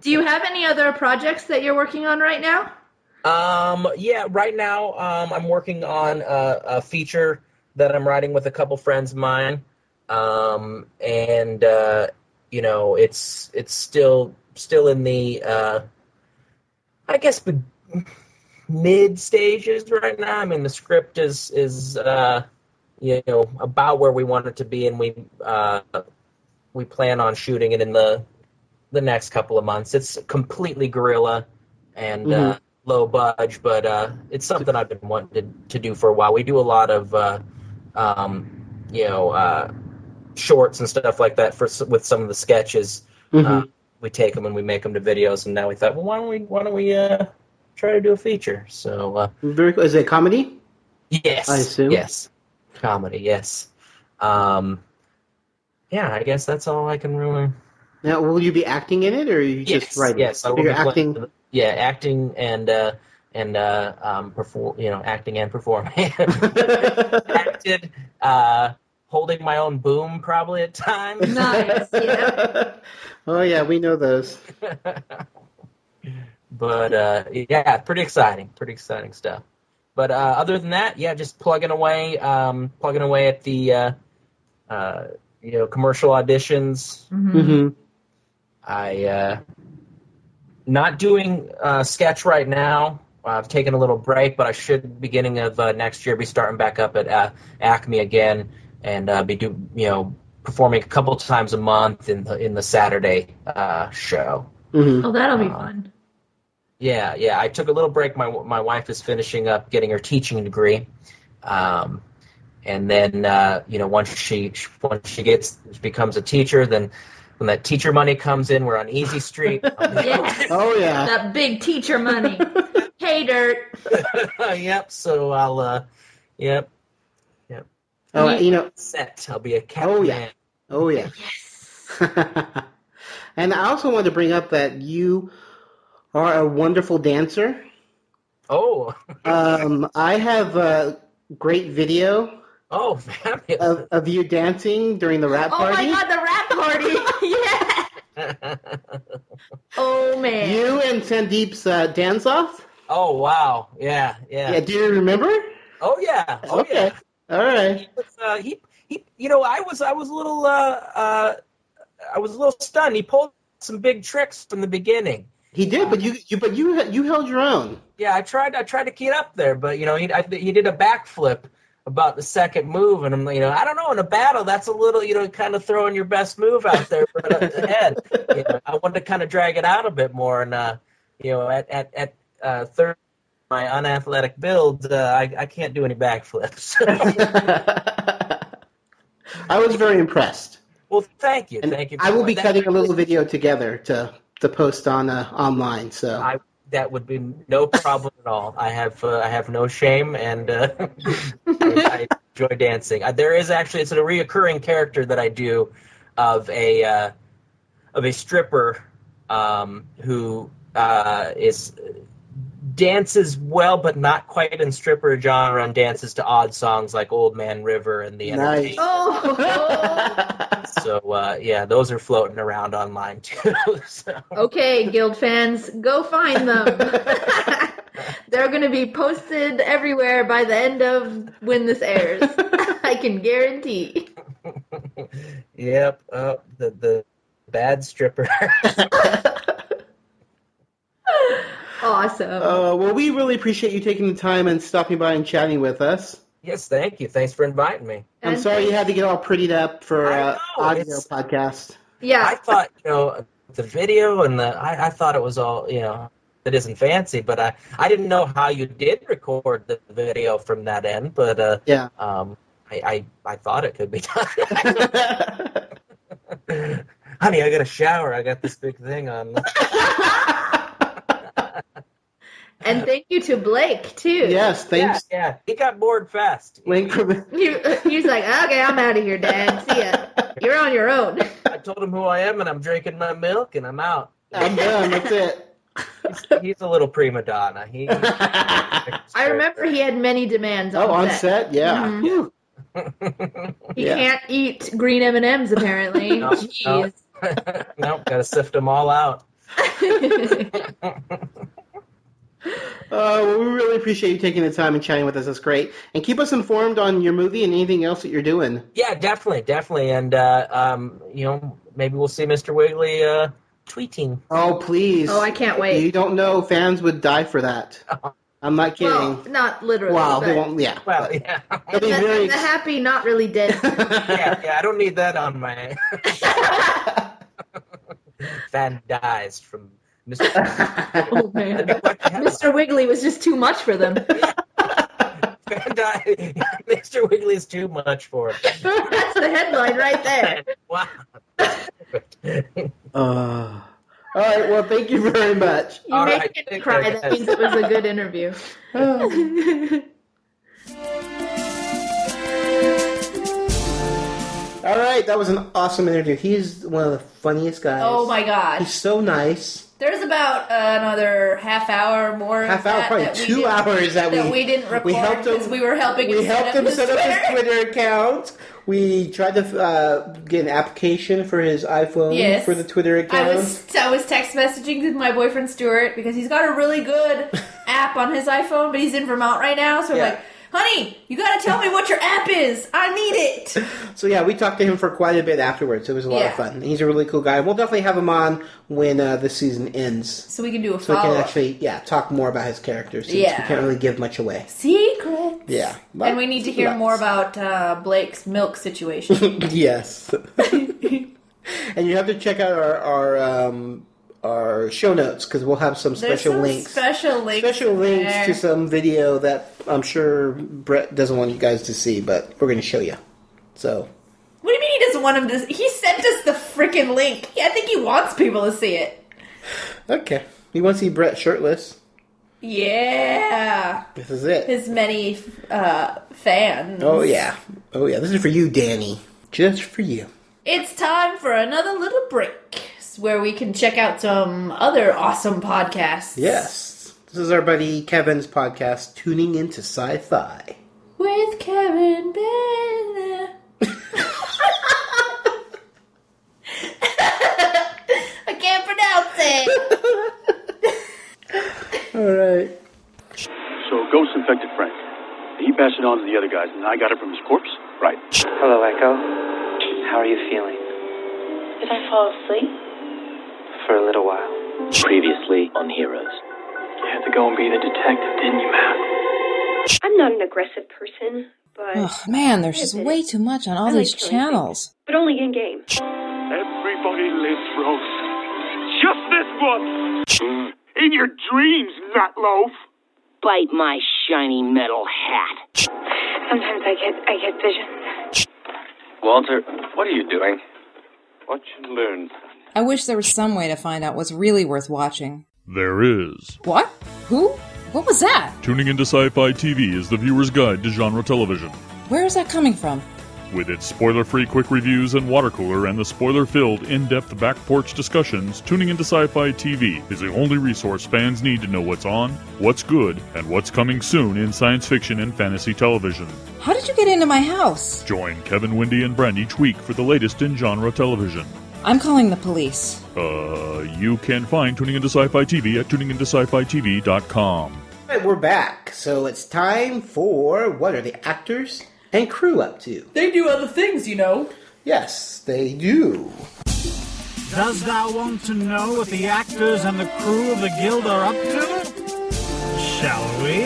Speaker 5: Do you have any other projects that you're working on right now?
Speaker 12: Um, yeah, right now um, I'm working on a, a feature that I'm writing with a couple friends of mine, um, and uh, you know it's it's still still in the uh, I guess be- mid stages right now. I mean the script is is uh, you know about where we want it to be, and we uh, we plan on shooting it in the the next couple of months. It's completely guerrilla and uh,
Speaker 14: Mhm.
Speaker 12: low budge, but uh, it's something I've been wanting to, to do for a while. We do a lot of, uh, um, you know, uh, shorts and stuff like that for s- with some of the sketches. Uh,
Speaker 8: Mm-hmm.
Speaker 14: Mhm.
Speaker 12: we take them and we make them to videos, and now we thought, well, why don't we why don't we uh, try to do a feature? So uh,
Speaker 8: Very cool. Is it a comedy?
Speaker 12: yes,
Speaker 8: I assume.
Speaker 12: yes, comedy, yes. Um, yeah, I guess that's all I can really.
Speaker 8: Now, will you be acting in it, or are you just writing?
Speaker 12: Yes, I will
Speaker 8: You're
Speaker 12: be playing-
Speaker 8: acting.
Speaker 12: yeah, acting and uh, and uh, um, perform. You know, acting and performing. <laughs>
Speaker 8: <laughs>
Speaker 12: Acted, uh, holding my own boom probably at times.
Speaker 5: Nice.
Speaker 8: <laughs> Oh yeah, we know those.
Speaker 12: <laughs> But uh, yeah, pretty exciting. Pretty exciting stuff. But uh, other than that, yeah, just plugging away, um, plugging away at the uh, uh, you know commercial auditions.
Speaker 8: Mm-hmm.
Speaker 12: I uh, not doing uh, sketch right now. I've taken a little break, but I should beginning of uh, next year be starting back up at uh, Acme again and uh, be do you know performing a couple times a month in the in the Saturday uh, show.
Speaker 5: Oh, that'll
Speaker 8: Uh,
Speaker 5: be fun.
Speaker 12: Yeah, yeah. I took a little break. My my wife is finishing up getting her teaching degree, um, and then uh, you know once she once she gets becomes a teacher, then when that teacher money comes in, we're on easy street.
Speaker 5: Yes.
Speaker 8: <laughs> Oh yeah.
Speaker 5: That big teacher money. hey, dirt.
Speaker 12: Uh, yep. So I'll. Uh, yep. Yep.
Speaker 8: Oh, you know.
Speaker 12: Set. I'll be a cat
Speaker 8: Oh yeah.
Speaker 12: man.
Speaker 8: Oh yeah. Yes. <laughs> and I also wanted to bring up that you are a wonderful dancer.
Speaker 12: Oh. <laughs>
Speaker 8: Um, I have a great video.
Speaker 12: Oh,
Speaker 8: of, of you dancing during the rap
Speaker 5: Oh
Speaker 8: party.
Speaker 5: my god, the rap
Speaker 8: <laughs>
Speaker 5: party. yeah.
Speaker 12: oh
Speaker 8: Um,
Speaker 5: man.
Speaker 8: Oh, You and Sandeep's uh, dance off.
Speaker 12: <laughs> Oh wow! Yeah, yeah.
Speaker 8: Yeah, do you remember?
Speaker 12: Oh yeah. Oh
Speaker 8: Okay. All right.
Speaker 12: yeah. Uh, he, he, you know, I was, I was a little, uh, uh, I was a little stunned. He pulled some big tricks from the beginning.
Speaker 8: He did, but you, you, but you, you held your own. <laughs>
Speaker 12: Yeah, I tried, I tried to keep up there, but you know, he, I, he did a backflip about the second move, and I'm, you know, I don't know. In a battle, that's a little, you know, kind of throwing your best move out there but uh, <laughs> ahead. You know, I wanted to kind of drag it out a bit more, and uh, you know, at at at uh, third. My unathletic build, uh, I, I can't do any backflips. <laughs>
Speaker 8: I was very impressed.
Speaker 12: well, thank you, thank you.
Speaker 8: I will be
Speaker 12: That-
Speaker 8: cutting a little video together to to post on uh, online. So
Speaker 12: I that would be no problem at all. I have uh, I have no shame, and uh, <laughs> I, I enjoy dancing. Uh, there is actually it's a reoccurring character that I do of a uh, of a stripper um, who uh, is dances well, but not quite in stripper genre, and dances to odd songs like "Old Man River" and the
Speaker 8: Nice.
Speaker 5: Oh.
Speaker 12: So uh, yeah, those are floating around online too. <laughs> so.
Speaker 5: Okay, guild fans, go find them. <laughs> They're going to be posted everywhere by the end of when this airs. <laughs> I can guarantee.
Speaker 12: Yep, uh, the the bad stripper. <laughs>
Speaker 5: Awesome.
Speaker 8: Uh, well, we really appreciate you taking the time and stopping by and chatting with us.
Speaker 12: yes, thank you. Thanks for inviting me.
Speaker 8: I'm sorry you had to get all prettied up for uh,
Speaker 12: know,
Speaker 8: audio
Speaker 12: it's-
Speaker 8: podcast.
Speaker 5: Yeah,
Speaker 12: I thought you know the video and the I, I thought it was all you know it isn't fancy, but I I didn't know how you did record the video from that end, but uh, <laughs>
Speaker 8: yeah,
Speaker 12: um, I, I I thought it could be <laughs> done. Honey, I got a shower. I got this big thing
Speaker 5: <laughs>
Speaker 12: on.
Speaker 5: And thank you to Blake,
Speaker 8: <laughs>
Speaker 5: too.
Speaker 8: Yes, thanks.
Speaker 12: Yeah, yeah. he got bored fast.
Speaker 5: He, he's like, okay, I'm out of here, Dad. See ya. You're on your own.
Speaker 12: I told him who I am, and I'm drinking my milk, and I'm out.
Speaker 5: Oh.
Speaker 8: I'm done. That's <laughs> it.
Speaker 12: He's, he's a little prima donna.
Speaker 5: <laughs>
Speaker 12: He,
Speaker 5: I remember he had many demands.
Speaker 12: Oh, on set, yeah.
Speaker 8: Mm-hmm.
Speaker 5: Mhm. He
Speaker 12: Yeah.
Speaker 5: can't eat green M and M's apparently. <laughs>
Speaker 12: No,
Speaker 5: Jeez.
Speaker 12: no. <laughs> Nope, gotta sift them all out.
Speaker 8: Uh, well, we really appreciate you taking the time and chatting with us. That's great. And keep us informed on your movie and anything else that you're doing.
Speaker 12: Yeah, definitely, definitely, and uh, um, you know, maybe we'll see Mr. Wiggly uh, tweeting.
Speaker 8: Oh, please.
Speaker 5: Oh, I can't wait.
Speaker 8: You don't know, fans would die for <laughs> that. I'm not kidding.
Speaker 5: Well, not literally.
Speaker 8: wow, they
Speaker 5: but-
Speaker 8: won't. Yeah.
Speaker 12: Well, yeah. <laughs>
Speaker 8: They'll be
Speaker 5: and the,
Speaker 8: very.
Speaker 5: and the happy, not really dead.
Speaker 8: <laughs>
Speaker 12: yeah, yeah, I don't need that on my. <laughs> Fan dies from
Speaker 15: <laughs>
Speaker 12: Mr.
Speaker 5: oh
Speaker 12: <laughs>
Speaker 5: man, Mr. Wiggly was just too much
Speaker 8: <laughs>
Speaker 5: for them.
Speaker 12: Fan <laughs> die. Mr. Wiggly is too much for it. <laughs>
Speaker 5: That's the headline
Speaker 8: <laughs>
Speaker 5: right there.
Speaker 12: Wow.
Speaker 8: Uh, all right. Well, thank you very much.
Speaker 5: You make me cry. That means it was a good interview.
Speaker 8: All right, that was an awesome interview. He's one of the funniest guys.
Speaker 9: <laughs> Oh my gosh.
Speaker 8: He's so nice.
Speaker 9: There's about another half hour more. of
Speaker 8: Half hour,
Speaker 9: that
Speaker 8: probably
Speaker 9: that we
Speaker 8: two
Speaker 9: didn't-
Speaker 8: hours that,
Speaker 9: that
Speaker 8: we
Speaker 9: we didn't record
Speaker 8: We helped him.
Speaker 9: 'cause we were helping
Speaker 8: We
Speaker 9: him set
Speaker 8: helped
Speaker 9: up
Speaker 8: him
Speaker 9: his
Speaker 8: set up his
Speaker 9: Twitter.
Speaker 8: Twitter account. We tried to uh, get an application for his iPhone
Speaker 9: Yes.
Speaker 8: for the Twitter account.
Speaker 9: I was I was text messaging with my boyfriend Stuart because he's got a really
Speaker 8: <laughs>
Speaker 9: good app on his iPhone, but he's in Vermont right now, so
Speaker 8: Yeah.
Speaker 9: I'm like, "Honey, you gotta tell me what your app is. I need it."
Speaker 8: <laughs> So yeah, we talked to him for quite a bit afterwards. It was a lot
Speaker 9: Yeah.
Speaker 8: of fun. He's a really cool guy. We'll definitely have him on when uh, the season ends,
Speaker 9: So we can do a
Speaker 8: so we
Speaker 9: follow
Speaker 8: can
Speaker 9: up
Speaker 8: actually yeah talk more about his character. Since
Speaker 9: Oh. Yeah.
Speaker 8: we can't really give much away.
Speaker 9: secret.
Speaker 8: Yeah,
Speaker 9: and we need to hear more about uh, Blake's milk situation.
Speaker 8: <laughs> yes. and you have to check out our our um, our show notes because we'll have some
Speaker 9: There's
Speaker 8: special
Speaker 9: some
Speaker 8: links.
Speaker 9: Special links.
Speaker 8: Special
Speaker 9: in
Speaker 8: links
Speaker 9: there.
Speaker 8: to some video that I'm sure Brett doesn't want you guys to see, but we're going to show you. So,
Speaker 9: What do you mean he doesn't want him to? He sent us the freaking link. I think he wants people to see it.
Speaker 8: okay. You want to see Brett shirtless?
Speaker 9: Yeah.
Speaker 8: This is it.
Speaker 9: His many uh, fans.
Speaker 8: Oh, yeah. Oh, yeah. This is for you, Danny. Just for you.
Speaker 9: It's time for another little break where we can check out some other awesome podcasts.
Speaker 8: Yes. This is our buddy Kevin's podcast, Tuning Into Sci Fi.
Speaker 9: With Kevin Bennett. <laughs> I can't pronounce it.
Speaker 8: All right.
Speaker 14: Jones infected Frank. He passed it on to the other guys, and I got it from his corpse. Right.
Speaker 16: Hello, Echo. How are you feeling?
Speaker 17: Did I fall asleep?
Speaker 16: For a little while.
Speaker 18: Previously on Heroes.
Speaker 16: You had to go and be the detective, didn't you, Matt?
Speaker 17: I'm not an aggressive person, but
Speaker 15: Ugh, man, there's just way too much on all
Speaker 17: I like
Speaker 15: these
Speaker 17: killing
Speaker 15: channels.
Speaker 17: but only in game.
Speaker 14: Everybody lives, Rose. Just this once. In your dreams, Nutloaf.
Speaker 18: Bite my shiny metal hat.
Speaker 17: Sometimes I get I get visions.
Speaker 19: Walter, what are you doing? Watch and learn.
Speaker 15: I wish there was some way to find out what's really worth watching.
Speaker 20: There is.
Speaker 15: What? Who? What was that?
Speaker 20: Tuning into Sci Fi TV is the viewer's guide to genre television.
Speaker 15: Where is that coming from?
Speaker 20: With its spoiler free quick reviews and water cooler and the spoiler filled in depth back porch discussions, Tuning into Sci Fi TV is the only resource fans need to know what's on, what's good, and what's coming soon in science fiction and fantasy television.
Speaker 15: How did you get into my house?
Speaker 20: Join Kevin, Wendy, and Brent each week for the latest in genre television.
Speaker 15: I'm calling the police.
Speaker 20: Uh, you can find Tuning Into Sci-Fi TV at tuningintoscifitv.com.
Speaker 8: All right, we're back. So it's time for what are the actors and crew up to?
Speaker 9: They do other things, you know.
Speaker 8: Yes, they do.
Speaker 7: Does thou want to know what the actors and the crew of the guild are up to? Shall we?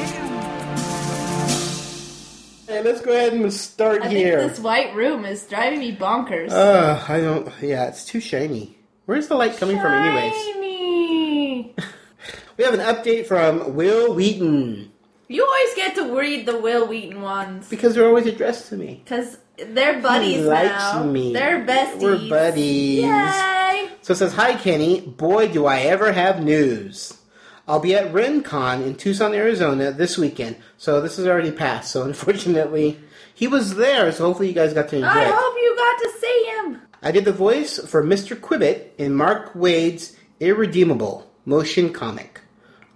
Speaker 8: Hey, let's go ahead and start
Speaker 9: I
Speaker 8: here.
Speaker 9: think this white room is driving me bonkers.
Speaker 8: Uh, I don't. Yeah, it's too shiny. Where's the light coming from, anyways?
Speaker 9: Amy,
Speaker 8: We have an update from Will Wheaton
Speaker 9: you always get to read the Will Wheaton ones
Speaker 8: because they're always addressed to me.
Speaker 9: because they're buddies
Speaker 8: he likes
Speaker 9: now.
Speaker 8: me.
Speaker 9: They're besties.
Speaker 8: We're buddies.
Speaker 9: Yay!
Speaker 8: So it says, "Hi Kenny, boy do I ever have news. I'll be at RenCon in Tucson, Arizona this weekend. So this is already passed. So <laughs> unfortunately, he was there. So hopefully you guys got to enjoy.
Speaker 9: I
Speaker 8: it.
Speaker 9: hope you got to see him.
Speaker 8: I did the voice for Mr. Quibbit in Mark Wade's Irredeemable motion comic.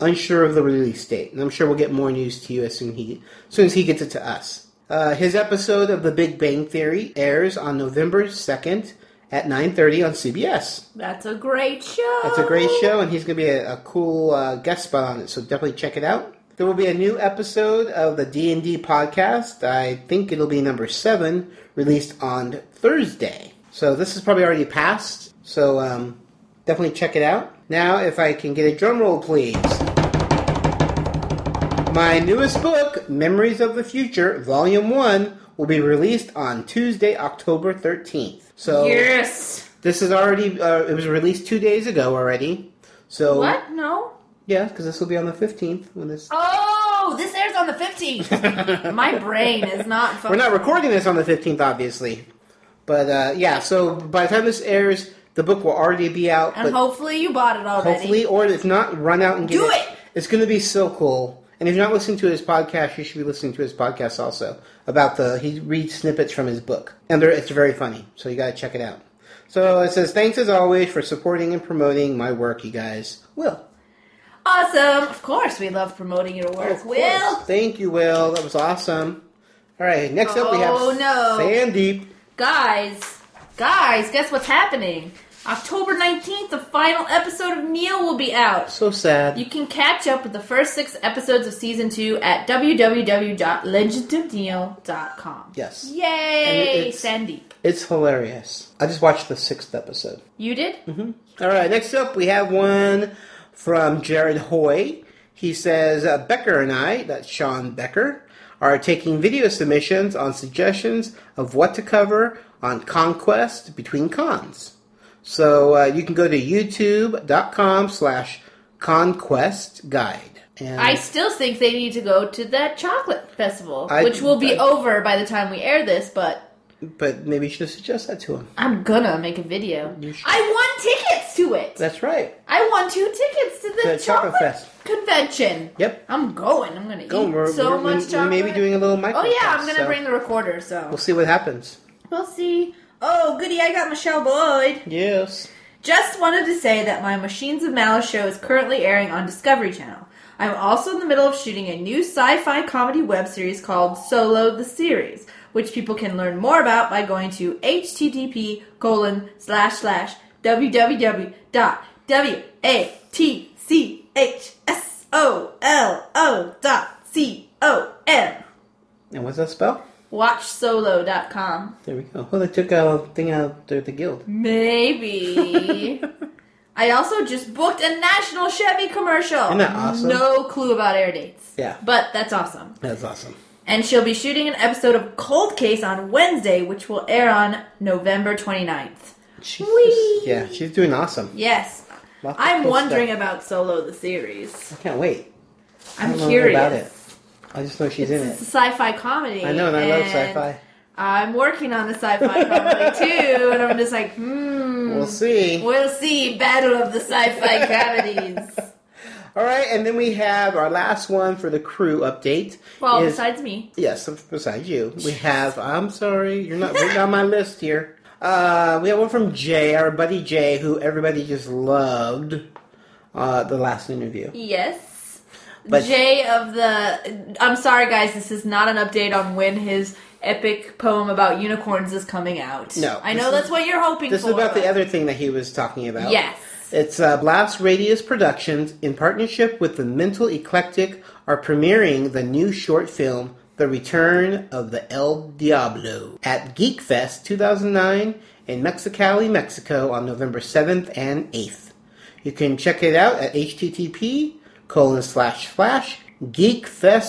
Speaker 8: Unsure of the release date, and I'm sure we'll get more news to you as soon he as soon as he gets it to us. Uh, his episode of The Big Bang Theory airs on November 2nd at 9:30 on CBS.
Speaker 9: That's a great show.
Speaker 8: That's a great show, and he's going to be a, a cool uh, guest spot on it. So definitely check it out. There will be a new episode of the D and D podcast. I think it'll be number seven, released on Thursday. So this is probably already passed. So um, definitely check it out. Now, if I can get a drum roll, please. My newest book, Memories of the Future, Volume One, will be released on Tuesday, October thirteenth. So
Speaker 9: yes.
Speaker 8: this is already. Uh, it was released two days ago already. So
Speaker 9: What? No.
Speaker 8: Yeah, because this will be on the fifteenth when this.
Speaker 9: Oh, this airs on the
Speaker 8: <laughs>
Speaker 9: fifteenth. My brain is not. Fun-
Speaker 8: We're not recording this on the fifteenth, obviously. But uh, yeah, so by the time this airs, the book will already be out.
Speaker 9: And
Speaker 8: but
Speaker 9: hopefully you bought it already.
Speaker 8: hopefully, or if not, run out and get Do it. It's going to be so cool. And if you're not listening to his podcast, you should be listening to his podcast also about the he reads snippets from his book, and they're, it's very funny. So you got to check it out. So it says, "Thanks as always for supporting and promoting my work, you guys." Will,
Speaker 9: Awesome. Of course, we love promoting your work. Will.
Speaker 8: Oh, thank you, Will. That was awesome. All right, next up we have
Speaker 9: Oh, no.
Speaker 8: Sandeep.
Speaker 9: Guys, guys, guess what's happening? October 19th, the final episode of Neil will be out.
Speaker 8: So sad.
Speaker 9: You can catch up with the first six episodes of season two at www.legendofneil.com.
Speaker 8: Yes. And
Speaker 9: Yay,
Speaker 8: it's-
Speaker 9: Sandy.
Speaker 8: It's hilarious. I just watched the sixth episode.
Speaker 9: You did? Mm-hmm.
Speaker 8: All right, next up we have one from Jared Hoy. He says, uh, Becker and I, that's Sean Becker, are taking video submissions on suggestions of what to cover on Conquest Between Cons. So uh, you can go to youtube.com slash conquest guide. And
Speaker 9: I still think they need to go to that chocolate festival,
Speaker 8: I-
Speaker 9: which will be
Speaker 8: I-
Speaker 9: over by the time we air this, but
Speaker 8: but maybe you should suggest that to him.
Speaker 9: I'm gonna make a video. I won tickets to it.
Speaker 8: That's right.
Speaker 9: I won two tickets to the,
Speaker 8: The Chocolate Fest.
Speaker 9: convention.
Speaker 8: Yep.
Speaker 9: I'm going. I'm gonna
Speaker 8: Go.
Speaker 9: eat
Speaker 8: We're,
Speaker 9: so
Speaker 8: we're- we-
Speaker 9: much
Speaker 8: we,
Speaker 9: chocolate.
Speaker 8: may be doing a little micro.
Speaker 9: oh yeah, I'm
Speaker 8: test,
Speaker 9: gonna
Speaker 8: so
Speaker 9: bring the recorder. So
Speaker 8: We'll see what happens.
Speaker 9: We'll see. Oh goody, I got Michelle Boyd.
Speaker 8: Yes.
Speaker 9: Just wanted to say that my Machines of Malice show is currently airing on Discovery Channel. I'm also in the middle of shooting a new sci-fi comedy web series called Solo the Series, which people can learn more about by going to http colon slash slash www dot w a t c h s o l o dot c O M.
Speaker 8: And what's that spell?
Speaker 9: WatchSolo.com.
Speaker 8: There we go. Well, they took a thing out there at the guild. <laughs>
Speaker 9: Maybe. I also just booked a national Chevy commercial.
Speaker 8: Isn't that awesome?
Speaker 9: No clue about air dates.
Speaker 8: Yeah,
Speaker 9: But that's awesome.
Speaker 8: that's awesome.
Speaker 9: And she'll be shooting an episode of Cold Case on Wednesday, which will air on November 29th. Whee!
Speaker 8: Yeah, she's doing awesome.
Speaker 9: Yes.
Speaker 8: Lots of
Speaker 9: I'm
Speaker 8: cool
Speaker 9: wondering
Speaker 8: stuff.
Speaker 9: about Solo the series.
Speaker 8: I can't wait. I
Speaker 9: I'm
Speaker 8: don't know
Speaker 9: curious.
Speaker 8: about it. I just know she's in
Speaker 9: It's a
Speaker 8: it.
Speaker 9: sci-fi comedy.
Speaker 8: I know, and I love
Speaker 9: and
Speaker 8: sci-fi.
Speaker 9: I'm working on a sci-fi
Speaker 8: <laughs>
Speaker 9: comedy too, and I'm just like, hmm.
Speaker 8: We'll see.
Speaker 9: We'll see. Battle of the
Speaker 8: <laughs>
Speaker 9: sci-fi comedies.
Speaker 8: All right, and then we have our last one for the crew update.
Speaker 9: Well,
Speaker 8: is-
Speaker 9: besides me,
Speaker 8: Yes, besides you, we have. I'm sorry, you're not written on my list here. Uh, we have one from Jay, our buddy Jay, who everybody just loved uh, the last interview.
Speaker 9: yes.
Speaker 8: But-
Speaker 9: Jay of the. I'm sorry, guys. This is not an update on when his epic poem about unicorns is coming out.
Speaker 8: No,
Speaker 9: I
Speaker 8: this
Speaker 9: know
Speaker 8: is-
Speaker 9: that's what you're hoping
Speaker 8: This
Speaker 9: for.
Speaker 8: is about the other thing that he was talking about.
Speaker 9: Yes.
Speaker 8: It's uh, Blast Radius Productions, in partnership with the Mental Eclectic, are premiering the new short film, The Return of the El Diablo, at Geek Fest 2009 in Mexicali, Mexico on November 7th and 8th. You can check it out at http colon slash slash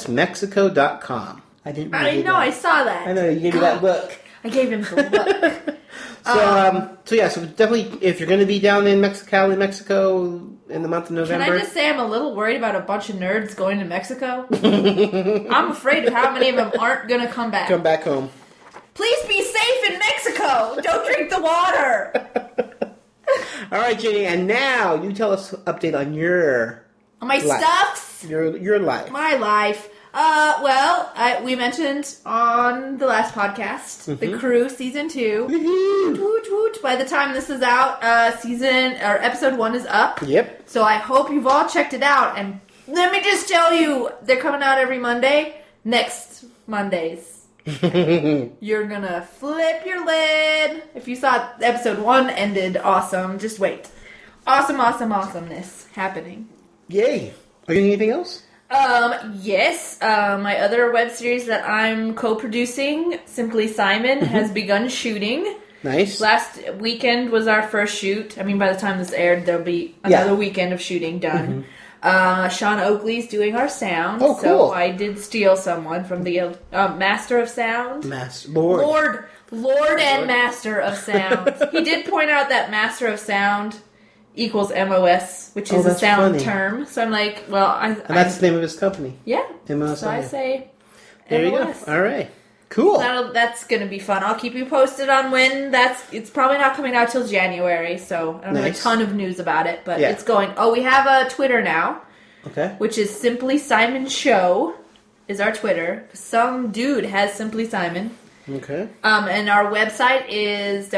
Speaker 8: geekfestmexico.com. I didn't
Speaker 9: I
Speaker 8: read
Speaker 9: know.
Speaker 8: that.
Speaker 9: I saw that.
Speaker 8: I know, you gave me that look.
Speaker 9: I gave him the
Speaker 8: <laughs>
Speaker 9: look.
Speaker 8: So, um, so yeah, so definitely, if you're going to be down in Mexicali, Mexico, in the month of
Speaker 9: Can
Speaker 8: November,
Speaker 9: I just say I'm a little worried about a bunch of nerds going to
Speaker 8: <laughs>
Speaker 9: Mexico? I'm afraid of how many of them aren't going to come back.
Speaker 8: come back home.
Speaker 9: Please be safe in Mexico. Don't drink the water.
Speaker 8: All right, Jenny, and now you tell us update on your
Speaker 9: My
Speaker 8: life.
Speaker 9: stuffs?
Speaker 8: Your your life.
Speaker 9: My life. Uh, well, I, we mentioned on the last podcast, The
Speaker 8: Mhm.
Speaker 9: Crew Season 2. Woot, woot. By the time this is out, uh, season, or episode 1 is up.
Speaker 8: Yep.
Speaker 9: So I hope you've all checked it out. And let me just tell you, they're coming out every Monday. Next Mondays, you're gonna flip your lid. If you saw episode one ended awesome, just wait. Awesome, awesome, awesomeness happening.
Speaker 8: Yay! Are you doing anything else?
Speaker 9: Um, yes, uh, my other web series that I'm co-producing, Simply Simon,
Speaker 8: Mm-hmm.
Speaker 9: has begun shooting.
Speaker 8: Nice.
Speaker 9: Last weekend was our first shoot. I mean, by the time this aired, there'll be
Speaker 8: Yeah. Mm-hmm.
Speaker 9: another weekend of shooting done. Uh, Sean Oakley's doing our sound.
Speaker 8: Oh,
Speaker 9: So
Speaker 8: cool.
Speaker 9: I did steal someone from the uh, Master of Sound.
Speaker 8: Mass Lord.
Speaker 9: Lord, Lord and Master
Speaker 8: <laughs>
Speaker 9: of Sound. he did point out that Master of Sound equals MOS, which
Speaker 8: Oh,
Speaker 9: is a
Speaker 8: that's
Speaker 9: sound
Speaker 8: funny.
Speaker 9: term. So I'm like, well, I,
Speaker 8: and that's the name of his company.
Speaker 9: yeah.
Speaker 8: MLSI.
Speaker 9: So I say,
Speaker 8: there you go.
Speaker 9: MOS.
Speaker 8: All right, cool.
Speaker 9: That'll, that's gonna be fun. I'll keep you posted on when that's. It's probably not coming out till January, so I don't have a
Speaker 8: Nice.
Speaker 9: ton of news about it. But
Speaker 8: Yeah.
Speaker 9: it's going. Oh, we have a Twitter now,
Speaker 8: Okay.
Speaker 9: which is simply Simon Show, is our Twitter. Some dude has simply Simon.
Speaker 8: Okay.
Speaker 9: Um, and our website is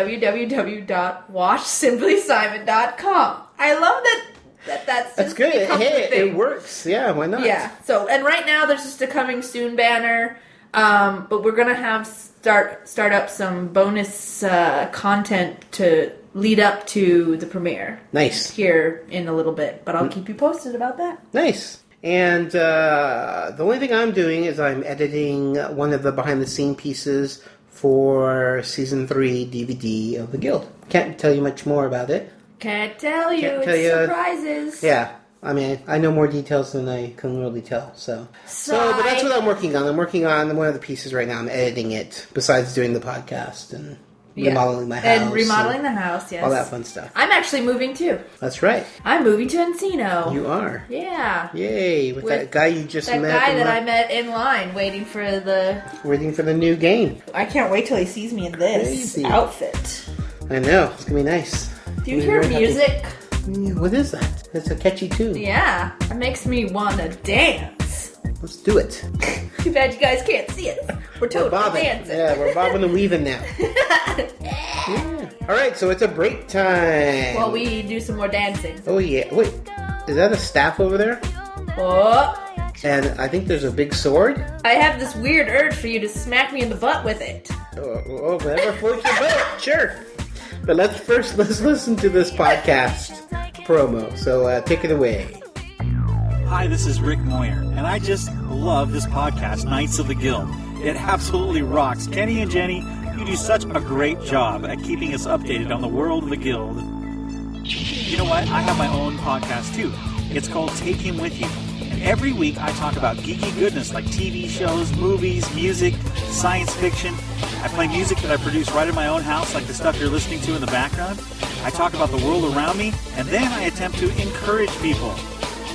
Speaker 9: www.watchsimplysimon.com. I love that. that that's
Speaker 8: That's
Speaker 9: just
Speaker 8: good.
Speaker 9: become the
Speaker 8: Hey,
Speaker 9: thing.
Speaker 8: it works. Yeah, why <laughs> not?
Speaker 9: Yeah. So and right now there's just a coming soon banner, um, but we're gonna have start start up some bonus uh, content to lead up to the premiere.
Speaker 8: Nice. Mm.
Speaker 9: Here in a little bit, but I'll keep you posted about that.
Speaker 8: Nice. And uh, the only thing I'm doing is I'm editing one of the behind the scene pieces for season three DVD of the Guild. Can't tell you much more about it.
Speaker 9: Can't tell you.
Speaker 8: Can't
Speaker 9: it's
Speaker 8: tell you.
Speaker 9: surprises.
Speaker 8: Yeah. I mean, I know more details than I can really tell. So, so but that's what I'm working on. I'm working on one of the pieces right now. I'm editing it. Besides doing the podcast and
Speaker 9: Yeah.
Speaker 8: remodeling my house
Speaker 9: And remodeling the house. Yes.
Speaker 8: all that fun stuff.
Speaker 9: I'm actually moving too.
Speaker 8: That's right.
Speaker 9: I'm moving to Encino.
Speaker 8: You are.
Speaker 9: Yeah.
Speaker 8: Yay! With,
Speaker 9: With
Speaker 8: that guy you just
Speaker 9: that
Speaker 8: met.
Speaker 9: guy
Speaker 8: and
Speaker 9: that I
Speaker 8: left-
Speaker 9: met in line waiting for the.
Speaker 8: Waiting for the new game.
Speaker 9: I can't wait till he sees me in this
Speaker 8: Crazy.
Speaker 9: outfit.
Speaker 8: I know. It's gonna be nice.
Speaker 9: Do you
Speaker 8: I'm
Speaker 9: hear
Speaker 8: very happy.
Speaker 9: music?
Speaker 8: Yeah, What is that? That's a catchy tune.
Speaker 9: Yeah, it makes me want to dance. <laughs>
Speaker 8: Let's do it.
Speaker 9: Too bad you guys can't see us. We're totally
Speaker 8: bobbing.
Speaker 9: dancing.
Speaker 8: Yeah,
Speaker 9: <laughs>
Speaker 8: we're bobbing and weaving now. All right, so it's a break time.
Speaker 9: While we do some more dancing.
Speaker 8: Oh yeah. Wait, is that a staff over there?
Speaker 9: Oh,
Speaker 8: And I think there's a big sword.
Speaker 9: I have this weird urge for you to smack me in the butt with it.
Speaker 8: Oh, oh whatever floats your
Speaker 9: <laughs>
Speaker 8: boat. Sure. But let's first let's listen to this podcast promo. So uh, take it away.
Speaker 4: Hi,
Speaker 7: Hi, this is Rick Moyer, and I just love this podcast, Knights of the Guild. It absolutely rocks. Kenny and Jenny, you do such a great job at keeping us updated on the world of the Guild. You know what? I have my own podcast too. It's called Take Him With You. And every week I talk about geeky goodness like TV shows, movies, music, science fiction. I play music that I produce right in my own house, like the stuff you're listening to in the background. I talk about the world around me, and then I attempt to encourage people.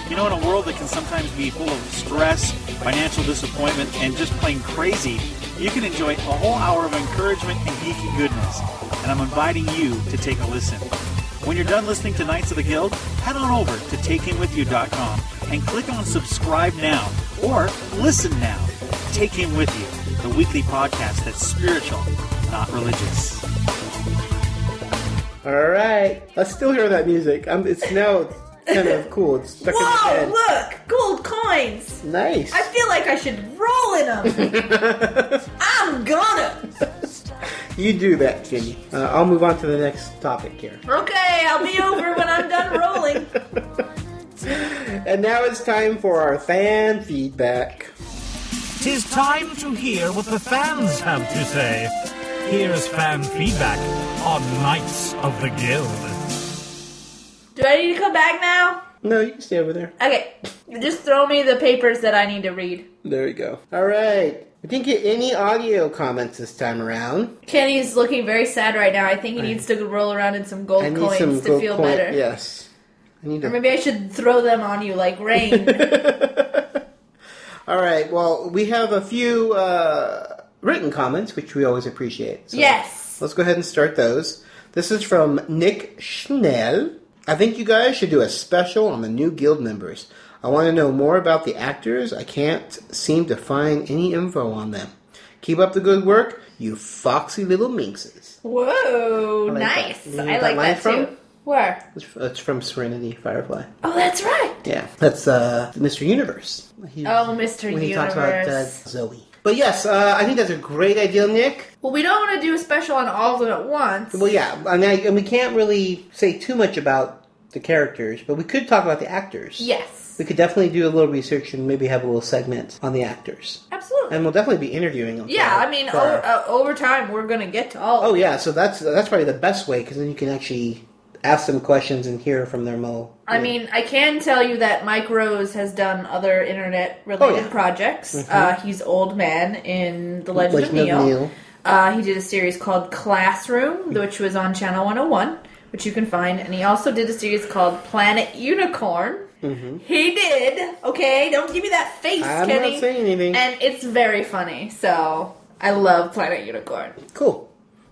Speaker 7: You know, in a world that can sometimes be full of stress, financial disappointment, and just plain crazy, you can enjoy a whole hour of encouragement and geeky goodness. And I'm inviting you to take a listen. When you're done listening to Knights of the Guild, head on over to takehimwithyou.com and click on subscribe now or listen now. Take Him With You, the weekly podcast that's spiritual, not religious.
Speaker 8: All right, I still hear that music. Um, it's now kind of cool. It's stuck
Speaker 9: Whoa,
Speaker 8: in my head.
Speaker 9: look! Gold coins!
Speaker 8: Nice.
Speaker 9: I feel like I should roll in them!
Speaker 8: <laughs>
Speaker 9: I'm gonna!
Speaker 8: You do that, Jenny. Uh, I'll move on to the next topic
Speaker 9: <laughs>
Speaker 8: here.
Speaker 9: Okay, I'll be over when I'm done rolling.
Speaker 8: And now it's time for our fan feedback.
Speaker 7: Tis time to hear what the fans have to say. Here's fan feedback on Knights of the Guild.
Speaker 9: Do I need to come back now?
Speaker 8: No, you can stay over there.
Speaker 9: Okay, just throw me the papers that I need to read.
Speaker 8: There you go. All right. We didn't get any audio comments this time around.
Speaker 9: Kenny's looking very sad right now. I think he needs to roll around in some gold
Speaker 8: I need
Speaker 9: coins
Speaker 8: some
Speaker 9: to
Speaker 8: gold
Speaker 9: feel
Speaker 8: coin-
Speaker 9: better.
Speaker 8: Yes. I need
Speaker 9: Or
Speaker 8: a-
Speaker 9: maybe I should throw them on you like
Speaker 8: <laughs>
Speaker 9: rain.
Speaker 8: All right. Well, we have a few uh, written comments, which we always appreciate. So
Speaker 9: yes.
Speaker 8: Let's go ahead and start those. This is from Nick Schnell. I think you guys should do a special on the new guild members. I want to know more about the actors. I can't seem to find any info on them. Keep up the good work, you foxy little minxes.
Speaker 9: Whoa,
Speaker 8: I like that.
Speaker 9: nice.
Speaker 8: You know
Speaker 9: I
Speaker 8: where that
Speaker 9: like
Speaker 8: line
Speaker 9: that too.
Speaker 8: from?
Speaker 9: Where?
Speaker 8: It's- It's from Serenity Firefly.
Speaker 9: Oh, that's right.
Speaker 8: Yeah, that's uh, Mr. Universe. He-
Speaker 9: Oh, Mr.
Speaker 8: when he
Speaker 9: Universe.
Speaker 8: talks about uh, Zoe. But yes, uh, I think that's a great idea, Nick.
Speaker 9: well, we don't want to do a special on all of them at once.
Speaker 8: Well, yeah, I mean, I, and we can't really say too much about the characters, but we could talk about the actors.
Speaker 9: Yes.
Speaker 8: We could definitely do a little research and maybe have a little segment on the actors.
Speaker 9: Absolutely.
Speaker 8: And we'll definitely be interviewing them.
Speaker 9: yeah,
Speaker 8: for-
Speaker 9: I mean,
Speaker 8: for
Speaker 9: over,
Speaker 8: our-
Speaker 9: uh, over time, we're going to get to all
Speaker 8: oh yeah, so that's that's probably the best way because then you can actually ask them questions and hear from their mo.
Speaker 9: I mean, I can tell you that Mike Rose has done other internet related
Speaker 8: Oh, yeah.
Speaker 9: projects.
Speaker 8: Mhm.
Speaker 9: Uh, he's Old Man in The Legend, of Neil. Uh, he did a series called Classroom,
Speaker 8: Mm-hmm.
Speaker 9: which was on Channel 101, which you can find. And he also did a series called Planet Unicorn.
Speaker 8: hmm
Speaker 9: He did. Okay, don't give me that face,
Speaker 8: I'm
Speaker 9: Kenny.
Speaker 8: not saying anything.
Speaker 9: and it's very funny. So I love Planet Unicorn.
Speaker 8: Cool.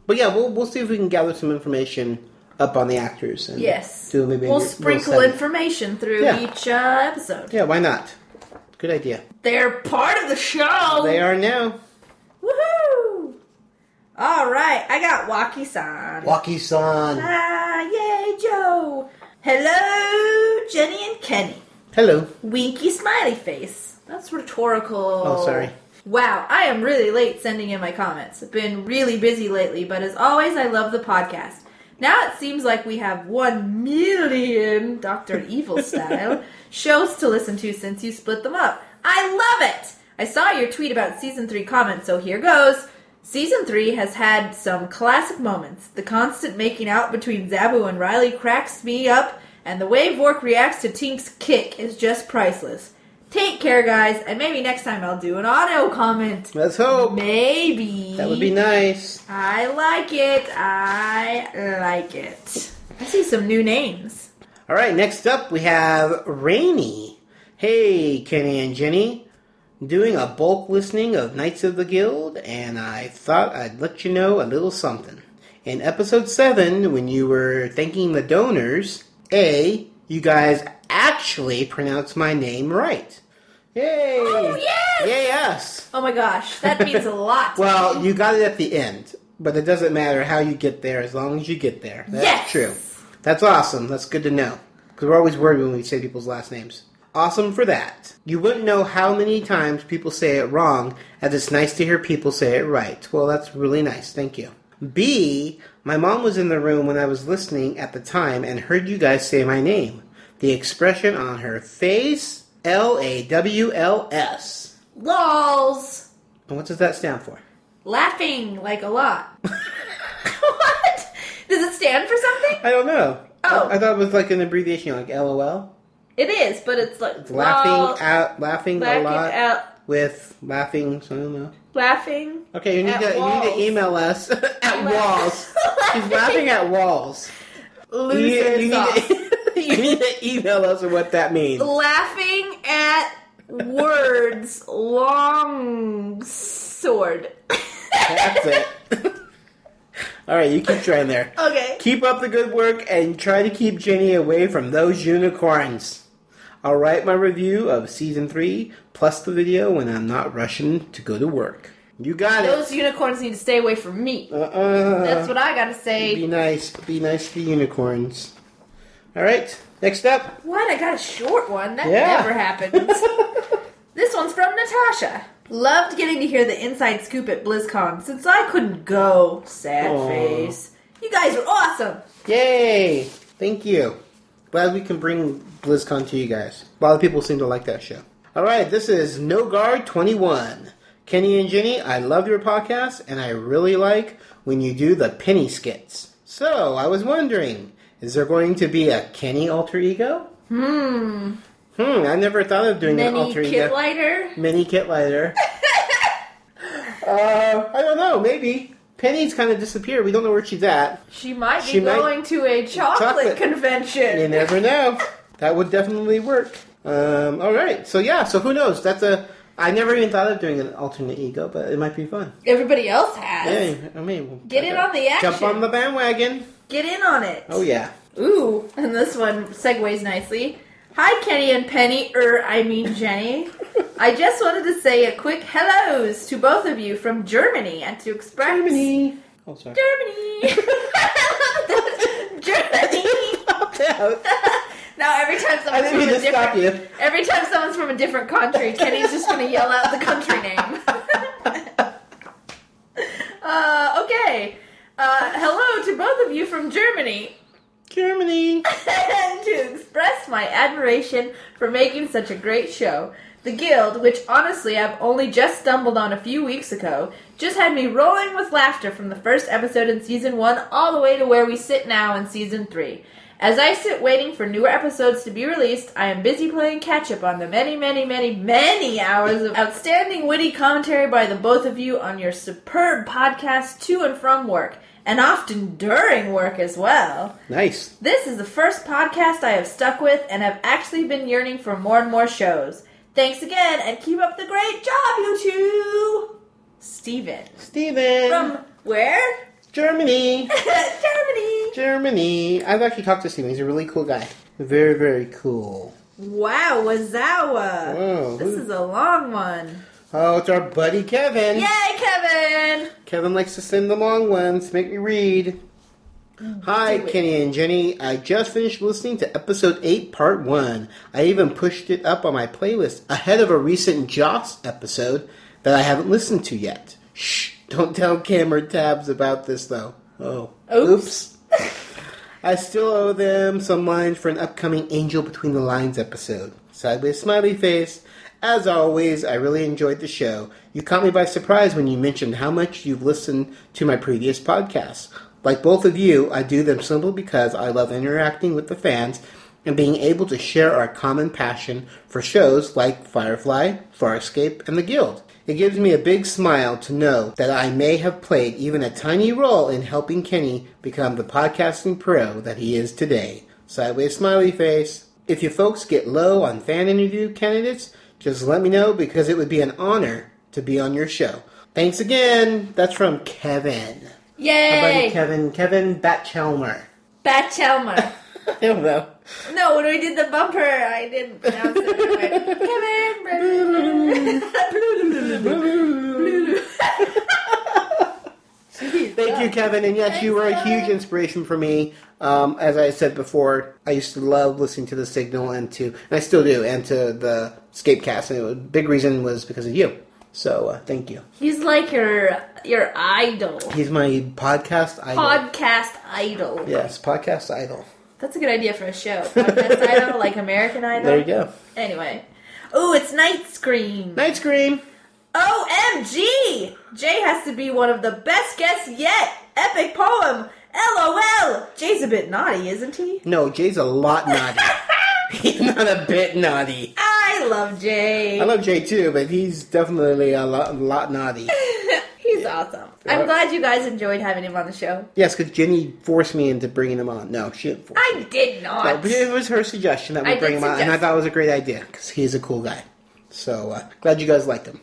Speaker 8: But yeah, we'll we'll see if we can gather some information up on the actors and
Speaker 9: Yes.
Speaker 8: do maybe a
Speaker 9: We'll
Speaker 8: little
Speaker 9: sprinkle
Speaker 8: segment.
Speaker 9: information through
Speaker 8: Yeah.
Speaker 9: each uh, episode.
Speaker 8: Yeah, why not? Good idea.
Speaker 9: They're part of the show.
Speaker 8: They are now.
Speaker 9: Woohoo! All right, I got Waki san.
Speaker 8: Waki san.
Speaker 9: Ah, yay, Joe! Hello, Jenny and Kenny.
Speaker 8: Hello.
Speaker 9: Winky smiley face. That's rhetorical.
Speaker 8: Oh, sorry.
Speaker 9: Wow, I am really late sending in my comments. I've been really busy lately, but as always, I love the podcast. Now it seems like we have one million Dr. Evil style shows to listen to since you split them up. I love it! I saw your tweet about season 3 comments, so here goes. Season 3 has had some classic moments. The constant making out between Zabu and Riley cracks me up, and the way Vork reacts to Tink's kick is just priceless. Take care, guys, and maybe next time I'll do an auto comment.
Speaker 8: Let's hope.
Speaker 9: Maybe.
Speaker 8: That would be nice.
Speaker 9: I like it. I like it. I see some new names.
Speaker 8: All right, next up we have Rainy. Hey, Kenny and Jenny. Doing a bulk listening of Knights of the Guild, and I thought I'd let you know a little something. In episode 7, when you were thanking the donors, A, you guys actually pronounced my name right. Yay! Oh,
Speaker 9: yes!
Speaker 8: Yay, yes!
Speaker 9: Oh my gosh,
Speaker 8: <laughs>
Speaker 9: that means a lot. to
Speaker 8: Well,
Speaker 9: me.
Speaker 8: you got it at the end, but it doesn't matter how you get there as long as you get there. That's
Speaker 9: Yes!
Speaker 8: true. That's awesome. That's good to know. Because we're always worried when we say people's last names. Awesome for that. You wouldn't know how many times people say it wrong, as it's nice to hear people say it right. Well, that's really nice. Thank you. B, my mom was in the room when I was listening at the time and heard you guys say my name. The expression on her face L A W L S.
Speaker 9: Lols.
Speaker 8: And what does that stand for?
Speaker 9: Laughing like a
Speaker 8: <laughs>
Speaker 9: lot. what? Does it stand for something?
Speaker 8: I don't know. Oh. I thought it was like an abbreviation, like LOL.
Speaker 9: It is, but it's like
Speaker 8: It's laughing
Speaker 9: lols,
Speaker 8: out, laughing,
Speaker 9: laughing
Speaker 8: a lot
Speaker 9: out,
Speaker 8: with laughing. So I don't know.
Speaker 9: laughing.
Speaker 8: Okay, you need
Speaker 9: At
Speaker 8: to you need
Speaker 9: walls.
Speaker 8: to email us <laughs> at walls. She's laughing at walls. You need-
Speaker 9: Loser
Speaker 8: you need
Speaker 9: sauce.
Speaker 8: <laughs> you need to email us what that means.
Speaker 9: laughing at words long sword.
Speaker 8: That's it. <laughs> All right, you keep trying there.
Speaker 9: Okay.
Speaker 8: Keep up the good work and try to keep Jenny away from those unicorns. I'll write my review of season three plus the video when I'm not rushing to go to work. You
Speaker 9: <laughs>
Speaker 8: got
Speaker 9: Those
Speaker 8: it.
Speaker 9: unicorns need to stay away from me.
Speaker 8: Uh,
Speaker 9: That's what I gotta
Speaker 8: Be
Speaker 9: say.
Speaker 8: nice. Be nice to unicorns. All right. Next up.
Speaker 9: What? I got a short one. That
Speaker 8: Yeah.
Speaker 9: never
Speaker 8: <laughs>
Speaker 9: happens. this one's from Natasha. Loved getting to hear the inside scoop at BlizzCon since I couldn't go. Sad
Speaker 8: Aw.
Speaker 9: face. You guys were awesome.
Speaker 8: Yay! Thank you. Glad we can bring BlizzCon to you guys. A lot of people seem to like that show. All right, this is No Guard 21. Kenny and Jenny, I love your podcast, and I really like when you do the penny skits. So, I was wondering, is there going to be a Kenny alter ego?
Speaker 9: Hmm.
Speaker 8: Hmm, I never thought of doing an
Speaker 9: Mini
Speaker 8: alter
Speaker 9: kid
Speaker 8: ego.
Speaker 9: lighter.
Speaker 8: Mini
Speaker 9: <laughs>
Speaker 8: kit lighter. uh, I don't know, maybe. Penny's kind of disappeared. We don't know where she's at.
Speaker 9: She might be
Speaker 8: She might-
Speaker 9: going to a chocolate,
Speaker 8: Chocolate.
Speaker 9: convention.
Speaker 8: You never know. That would definitely work. Um, all right. So yeah. So who knows? That's a. I never even thought of doing an alternate ego, but it might be fun.
Speaker 9: Everybody else has.
Speaker 8: Yeah. I mean, we'll
Speaker 9: Get in on the action.
Speaker 8: jump on the bandwagon.
Speaker 9: Get in on it.
Speaker 8: Oh yeah.
Speaker 9: Ooh, and this one segues nicely. Hi, Kenny and Penny, er, I mean Jenny. I just wanted to say a quick hellos to both of you from Germany and to express Germany.
Speaker 8: Oh sorry. <laughs>
Speaker 9: Germany. Germany. <laughs> now every time
Speaker 8: I
Speaker 9: someone's from
Speaker 8: didn't mean
Speaker 9: a <laughs>
Speaker 8: to
Speaker 9: different
Speaker 8: stop you.
Speaker 9: every time someone's from a different country, Kenny's just gonna yell out the country name. <laughs> uh, okay. Uh, hello to both of you from Germany.
Speaker 8: Germany.
Speaker 9: and <laughs> to express my admiration for making such a great show. The Guild, which honestly I've only just stumbled on a few weeks ago, just had me rolling with laughter from the first episode in season 1 all the way to where we sit now in season 3. As I sit waiting for newer episodes to be released, I am busy playing catch up on the many, many, many, many hours of outstanding witty commentary by the both of you on your superb podcast to and from work, and often during work as well.
Speaker 8: Nice.
Speaker 9: This is the first podcast I have stuck with and have actually been yearning for more and more shows. Thanks again and keep up the great job, you two! Steven.
Speaker 8: Steven!
Speaker 9: From where? <laughs>
Speaker 8: Germany.
Speaker 9: Germany!
Speaker 8: Germany. I've actually talked to Steven. He's a really cool guy. Very very cool.
Speaker 9: Wow, Wazawa!
Speaker 8: Wow,
Speaker 9: This
Speaker 8: who-
Speaker 9: is a long one.
Speaker 8: Oh, it's our buddy Kevin.
Speaker 9: Yay, Kevin!
Speaker 8: Kevin likes to send the long ones. Make me read. Hi,
Speaker 9: Do it.
Speaker 8: Kenny and Jenny. I just finished listening to episode 8, part 1. I even pushed it up on my playlist ahead of a recent Joss episode that I haven't listened to yet. Shh, don't tell Cam or Tabs about this though. Oh. Oops. I still owe them some lines for an upcoming Angel Between the Lines episode. Sideways smiley face. As always, I really enjoyed the show. You caught me by surprise when you mentioned how much you've listened to my previous podcasts. Like both of you, I do them simply because I love interacting with the fans and being able to share our common passion for shows like Firefly, Farscape, and The Guild. It gives me a big smile to know that I may have played even a tiny role in helping Kenny become the podcasting pro that he is today. Sideways smiley face. If you folks get low on fan interview candidates, just let me know because it would be an honor to be on your show. Thanks again. That's from Kevin. My buddy
Speaker 9: Yay!
Speaker 8: Kevin. Kevin Batchelmer.
Speaker 9: Batchelma.
Speaker 8: I don't know.
Speaker 9: no, when we did the bumper, I didn't pronounce it right. Kevin!
Speaker 8: Thank you, Kevin. And yes, you were a huge inspiration for me. Um, as I said before, I used to love listening to The Signal and to, and I still do, and to the Scapecast. And it was, big reason was because of you. So uh, thank you.
Speaker 9: He's like your your idol.
Speaker 8: He's my podcast idol.
Speaker 9: Podcast idol.
Speaker 8: yes, podcast idol.
Speaker 9: That's a good idea for a show. Podcast idol, like American Idol.
Speaker 8: There you go.
Speaker 9: Anyway, Oh, it's Night Scream.
Speaker 8: Night Scream.
Speaker 9: OMG! Jay has to be one of the best guests yet. Epic poem. LOL. Jay's a bit naughty, isn't he?
Speaker 8: No, Jay's a lot naughty. he's not a bit naughty.
Speaker 9: I love Jay.
Speaker 8: I love Jay too, but he's definitely a lot, lot naughty.
Speaker 9: He's awesome. I'm
Speaker 8: Yeah.
Speaker 9: glad you guys enjoyed having him on the show.
Speaker 8: Yes, because Jenny forced me into bringing him on. No, she didn't force
Speaker 9: I did
Speaker 8: No,
Speaker 9: not.
Speaker 8: but it was her suggestion that we
Speaker 9: I did
Speaker 8: bring him out, and I
Speaker 9: suggest-
Speaker 8: thought it was a great idea because he's a cool guy. So uh, glad you guys liked him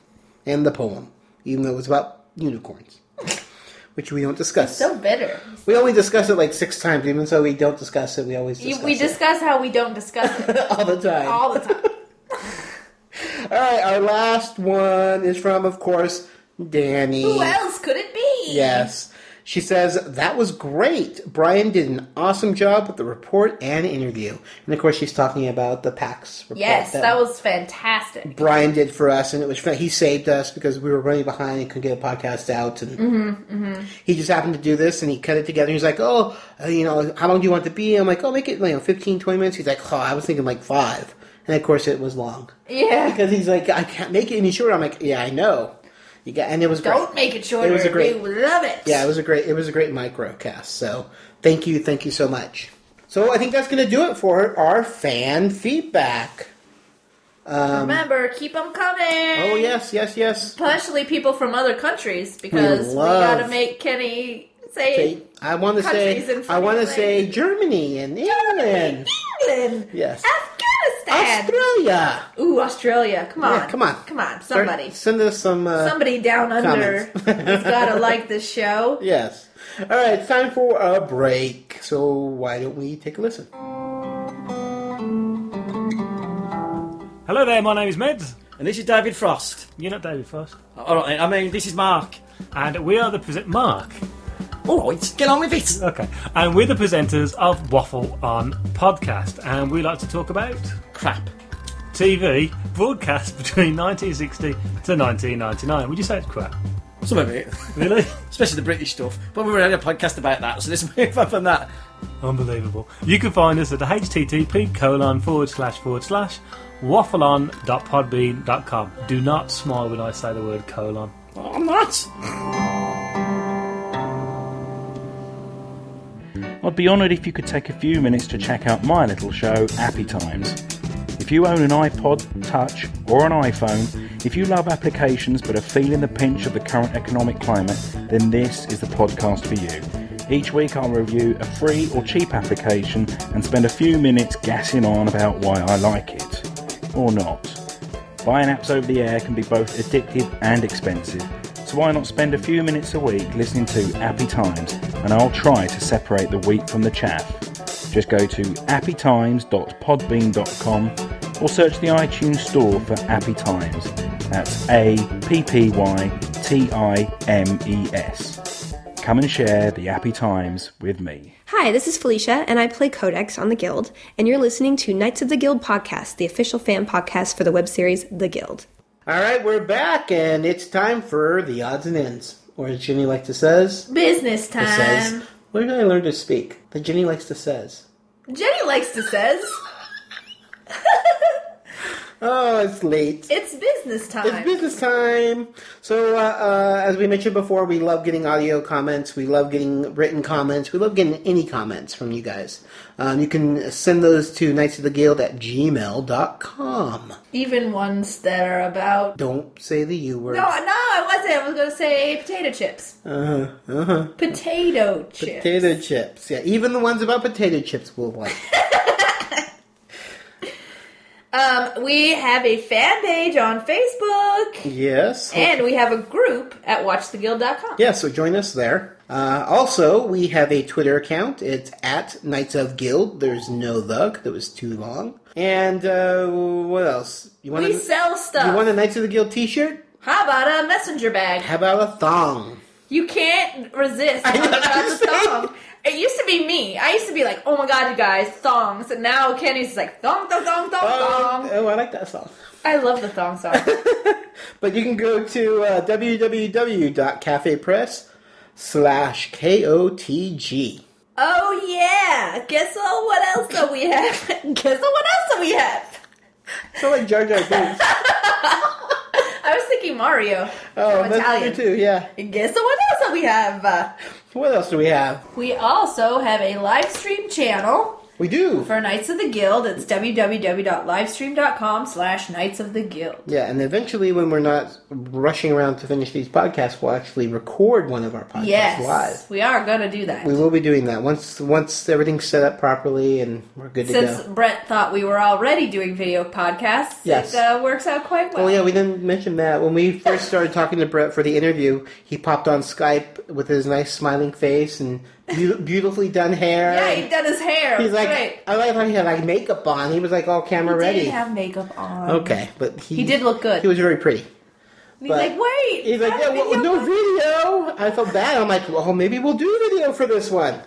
Speaker 8: and the poem, even though it was about unicorns, <laughs> which we don't discuss.
Speaker 9: So bitter.
Speaker 8: we only discuss it like six times, even so we don't discuss it. We always
Speaker 9: You-
Speaker 8: discuss
Speaker 9: we
Speaker 8: it.
Speaker 9: discuss how we don't discuss it
Speaker 8: <laughs> all the time.
Speaker 9: all the time.
Speaker 8: All right, our last one is from, of course, Danny.
Speaker 9: Who else could it be?
Speaker 8: Yes. She says, that was great. Brian did an awesome job with the report and interview. And of course, she's talking about the PAX report.
Speaker 9: Yes, that was fantastic.
Speaker 8: Brian did for us, and it was fun. He saved us because we were running behind and couldn't get a podcast out. And
Speaker 9: Mm-hmm. Mm-hmm.
Speaker 8: he just happened to do this, and he cut it together. He's like, oh, uh, you know, how long do you want it to be? I'm like, oh, make it, you know, 15, 20 minutes. He's like, oh, I was thinking like five. And of course, it was long.
Speaker 9: Yeah.
Speaker 8: Because he's like, I can't make it any shorter. I'm like, yeah, I know. You got, and it was great.
Speaker 9: Don't make it shorter.
Speaker 8: It was a great.
Speaker 9: We love it.
Speaker 8: Yeah, it was a great. It was a great microcast. So thank you, thank you so much. So I think that's going to do it for our fan feedback. Um,
Speaker 9: Remember, keep them coming.
Speaker 8: oh yes, yes, yes.
Speaker 9: Especially people from other countries because we,
Speaker 8: love-
Speaker 9: gotta make Kenny say
Speaker 8: Say- I want to
Speaker 9: countries
Speaker 8: say
Speaker 9: in
Speaker 8: I want to
Speaker 9: Finland.
Speaker 8: say Germany and England.
Speaker 9: England,
Speaker 8: Yes,
Speaker 9: Afghanistan,
Speaker 8: Australia.
Speaker 9: Ooh, Australia. Come on.
Speaker 8: Yeah, come on,
Speaker 9: Come on. Somebody.
Speaker 8: send us some. Uh,
Speaker 9: Somebody down under
Speaker 8: comments.
Speaker 9: has
Speaker 8: <laughs>
Speaker 9: gotta like this show.
Speaker 8: Yes. All right, it's time for a break. So why don't we take a listen?
Speaker 21: Hello there, my name is Meds. And this is David Frost. You're not David Frost. Alright, I mean, this is Mark. And we are the present Mark. Alright, get on with it. Okay. And we're the presenters of Waffle On Podcast. And we like to talk about crap. TV broadcast between <laughs> 1960 to 1999. Would you say it's crap?
Speaker 4: Some of it.
Speaker 21: Really?
Speaker 4: Especially the British stuff. But we already had a podcast about that, so let's <laughs> move on from that.
Speaker 21: Unbelievable. You can find us at http colon forward slash forward slash waffleon.podbean.com. Do not smile when I say the word colon.
Speaker 4: I'm not.
Speaker 22: I'd be honoured if you could take a few minutes to check out my little show, Appy Times. If you own an iPod Touch or an iPhone, if you love applications but are feeling the pinch of the current economic climate, then this is the podcast for you. Each week I'll review a free or cheap application and spend a few minutes gassing on about why I like it. Or not. Buying apps over the air can be both addictive and expensive, so why not spend a few minutes a week listening to Appy Times and I'll try to separate the wheat from the chaff. Just go to appytimes.podbean.com or search the iTunes store for Appy Times. That's A P P Y T I M E S. Come and share the Appy Times with me.
Speaker 2: Hi, this is Felicia, and I play Codex on The Guild, and you're listening to Knights of the Guild podcast, the official fan podcast for the web series The Guild.
Speaker 8: All right, we're back, and it's time for the odds and ends, or as Jenny likes to says,
Speaker 9: Business
Speaker 8: to says.
Speaker 9: time.
Speaker 8: Where did I learn to speak? That Jenny likes to says.
Speaker 9: Jenny likes to says
Speaker 8: Oh, it's late.
Speaker 9: it's business time.
Speaker 8: It's business time. So, uh, uh, as we mentioned before, we love getting audio comments. We love getting written comments. We love getting any comments from you guys. Um, you can send those to knights of the guild at gmail.com.
Speaker 9: Even ones that are about.
Speaker 8: Don't say the U word.
Speaker 9: No, no, I wasn't. I was gonna say potato chips.
Speaker 8: Uh huh. Uh huh.
Speaker 9: Potato chips.
Speaker 8: Potato chips. Yeah, even the ones about potato chips will
Speaker 9: <laughs>
Speaker 8: like.
Speaker 9: Um, we have a fan page on Facebook,
Speaker 8: yes.
Speaker 9: and we have a group at WatchTheGuild.com.
Speaker 8: Yeah, so join us there. Uh, also, we have a Twitter account. It's at Knights of Guild. There's no the, 'cause that was too long. And uh, what else? You
Speaker 9: we
Speaker 8: a-
Speaker 9: sell stuff.
Speaker 8: You want a Knights of the Guild T-shirt?
Speaker 9: How about a messenger bag?
Speaker 8: How about a thong?
Speaker 9: You can't resist talking about the thong. It used to be me. I used to be like, "Oh my god, you guys, thongs!" And now Kenny's like, "Thong, thong, thong, thong, thong."
Speaker 8: Oh, I like that song. <laughs>
Speaker 9: I love the thong song.
Speaker 8: But you can go to uh, www.cafepress slash KOTG.
Speaker 9: <laughs> oh yeah. Guess what? What else do we have? Guess what? What else do we have?
Speaker 8: So like Jar Jar Binks.
Speaker 9: <laughs> I was thinking Mario.
Speaker 8: Oh,
Speaker 9: I'm
Speaker 8: that's
Speaker 9: Italian.
Speaker 8: you too. Yeah.
Speaker 9: Guess what else that we have? Uh,
Speaker 8: What else do we have?
Speaker 9: we also have a live stream channel
Speaker 8: We do.
Speaker 9: for Knights of the Guild. It's www.livestream.com slash Knights of the Guild.
Speaker 8: Yeah, and eventually, when we're not rushing around to finish these podcasts, we'll actually record one of our podcasts
Speaker 9: yes,
Speaker 8: live.
Speaker 9: we are going to do that.
Speaker 8: We will be doing that once once everything's set up properly and we're good
Speaker 9: Since
Speaker 8: to go.
Speaker 9: Brett thought we were already doing video podcasts,
Speaker 8: Yes.
Speaker 9: it uh, works out quite well.
Speaker 8: Oh yeah, we didn't mention that when we first started talking to Brett for the interview. He popped on Skype with his nice smiling face and beau- beautifully done hair.
Speaker 9: Yeah, he done his hair.
Speaker 8: He's like,
Speaker 9: Great.
Speaker 8: I like how he had like makeup on. He was like all camera
Speaker 9: He
Speaker 8: ready.
Speaker 9: did have makeup on.
Speaker 8: okay, but he
Speaker 9: Um, He did look good.
Speaker 8: He was very pretty.
Speaker 9: And he's
Speaker 8: but-
Speaker 9: like, wait.
Speaker 8: He's like, yeah, well, no video. I felt bad. I'm like, well, maybe we'll do video for this one,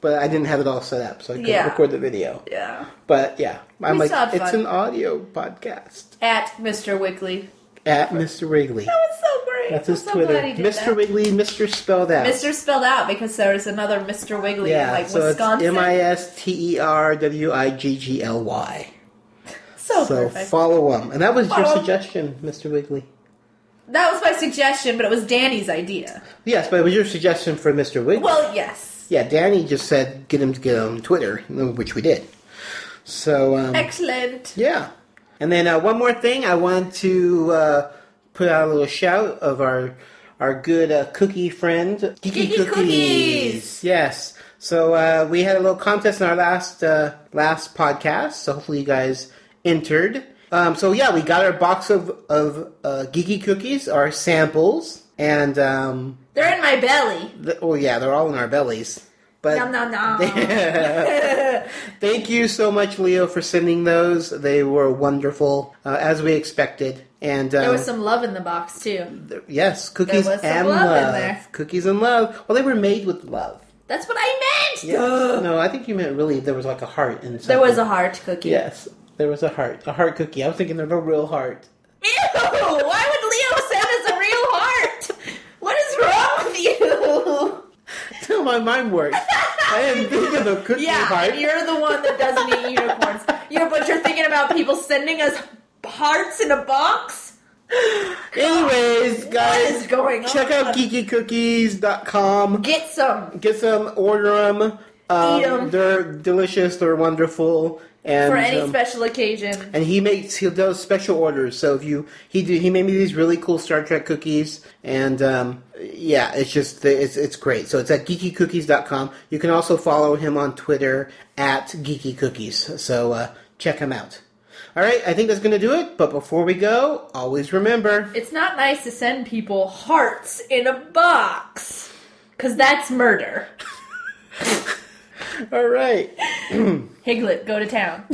Speaker 8: but I didn't have it all set up, so I couldn't
Speaker 9: Yeah.
Speaker 8: record the video.
Speaker 9: Yeah.
Speaker 8: But yeah, I'm
Speaker 9: We
Speaker 8: like,
Speaker 9: still had
Speaker 8: it's
Speaker 9: fun.
Speaker 8: an audio podcast
Speaker 9: At Mr. Wigley.
Speaker 8: at Mr. Wrigley.
Speaker 9: That was so great.
Speaker 8: That's
Speaker 9: I'm
Speaker 8: his
Speaker 9: so
Speaker 8: Twitter.
Speaker 9: Glad he did
Speaker 8: Mr.
Speaker 9: That.
Speaker 8: Wrigley, Mr. Spelled Out.
Speaker 9: Mr. spelled out because there is another Mr. Wigley
Speaker 8: yeah,
Speaker 9: in like
Speaker 8: so
Speaker 9: Wisconsin.
Speaker 8: it's M I S T E R W I G G L Y.
Speaker 9: so
Speaker 8: so
Speaker 9: perfect.
Speaker 8: follow him, and that was your
Speaker 9: Follow him.
Speaker 8: suggestion, Mr. Wigley.
Speaker 9: that was my suggestion, but it was Danny's idea.
Speaker 8: Yes, but it was your suggestion for Mr. Wigley.
Speaker 9: Well, yes.
Speaker 8: Yeah, Danny just said get him to get on Twitter, which we did. So um,
Speaker 9: Excellent.
Speaker 8: yeah, and then uh, one more thing, I wanted to uh, put out a little shout of our our good uh, cookie friend, Geeky,
Speaker 9: Geeky Cookies!
Speaker 8: Yes. So uh, we had a little contest in our last uh, last podcast. So hopefully you guys entered. Um, so yeah, we got our box of of uh, geeky cookies, our samples, and um,
Speaker 9: They're in my belly.
Speaker 8: the, oh yeah, they're all in our bellies. But
Speaker 9: nom nom
Speaker 8: <laughs>
Speaker 9: nom.
Speaker 8: Thank you so much, Leo, for sending those. They were wonderful, uh, as we expected. And uh,
Speaker 9: there was some love in the box too.
Speaker 8: yes, cookies
Speaker 9: was some
Speaker 8: and
Speaker 9: love in
Speaker 8: love.
Speaker 9: there.
Speaker 8: Cookies and love. Well, they were made with love.
Speaker 9: That's what I meant.
Speaker 8: Yes. no, I think you meant really. There was like a heart and
Speaker 9: There was a heart cookie.
Speaker 8: Yes, there was a heart, a heart cookie. I was thinking of a real <laughs> heart.
Speaker 9: <laughs> Ew! Why would Leo sound as a real heart? What is wrong with
Speaker 8: <laughs>
Speaker 9: you?
Speaker 8: That's how my mind works. I didn't think of a
Speaker 9: <laughs>
Speaker 8: cookie
Speaker 9: Yeah,
Speaker 8: heart.
Speaker 9: you're the one that doesn't eat
Speaker 8: <laughs>
Speaker 9: unicorns. You, but you're thinking about people sending us hearts in a
Speaker 8: <sighs>
Speaker 9: box.
Speaker 8: Anyways, guys,
Speaker 9: is going
Speaker 8: check
Speaker 9: on?
Speaker 8: out geekycookies.com.
Speaker 9: Get some.
Speaker 8: Get some, order them. um,
Speaker 9: Eat 'em.
Speaker 8: They're delicious, they're wonderful. And,
Speaker 9: for any
Speaker 8: um,
Speaker 9: special occasion.
Speaker 8: and he makes he does special orders. So if you he do, he made me these really cool Star Trek cookies, and um, yeah, it's just it's it's great. So it's at geekycookies.com. You can also follow him on Twitter at geekycookies. So uh, check him out. All right, I think that's going to do it. But before we go, always remember.
Speaker 9: It's not nice to send people hearts in a box. Because that's murder.
Speaker 8: All right.
Speaker 9: Higlet, go to town.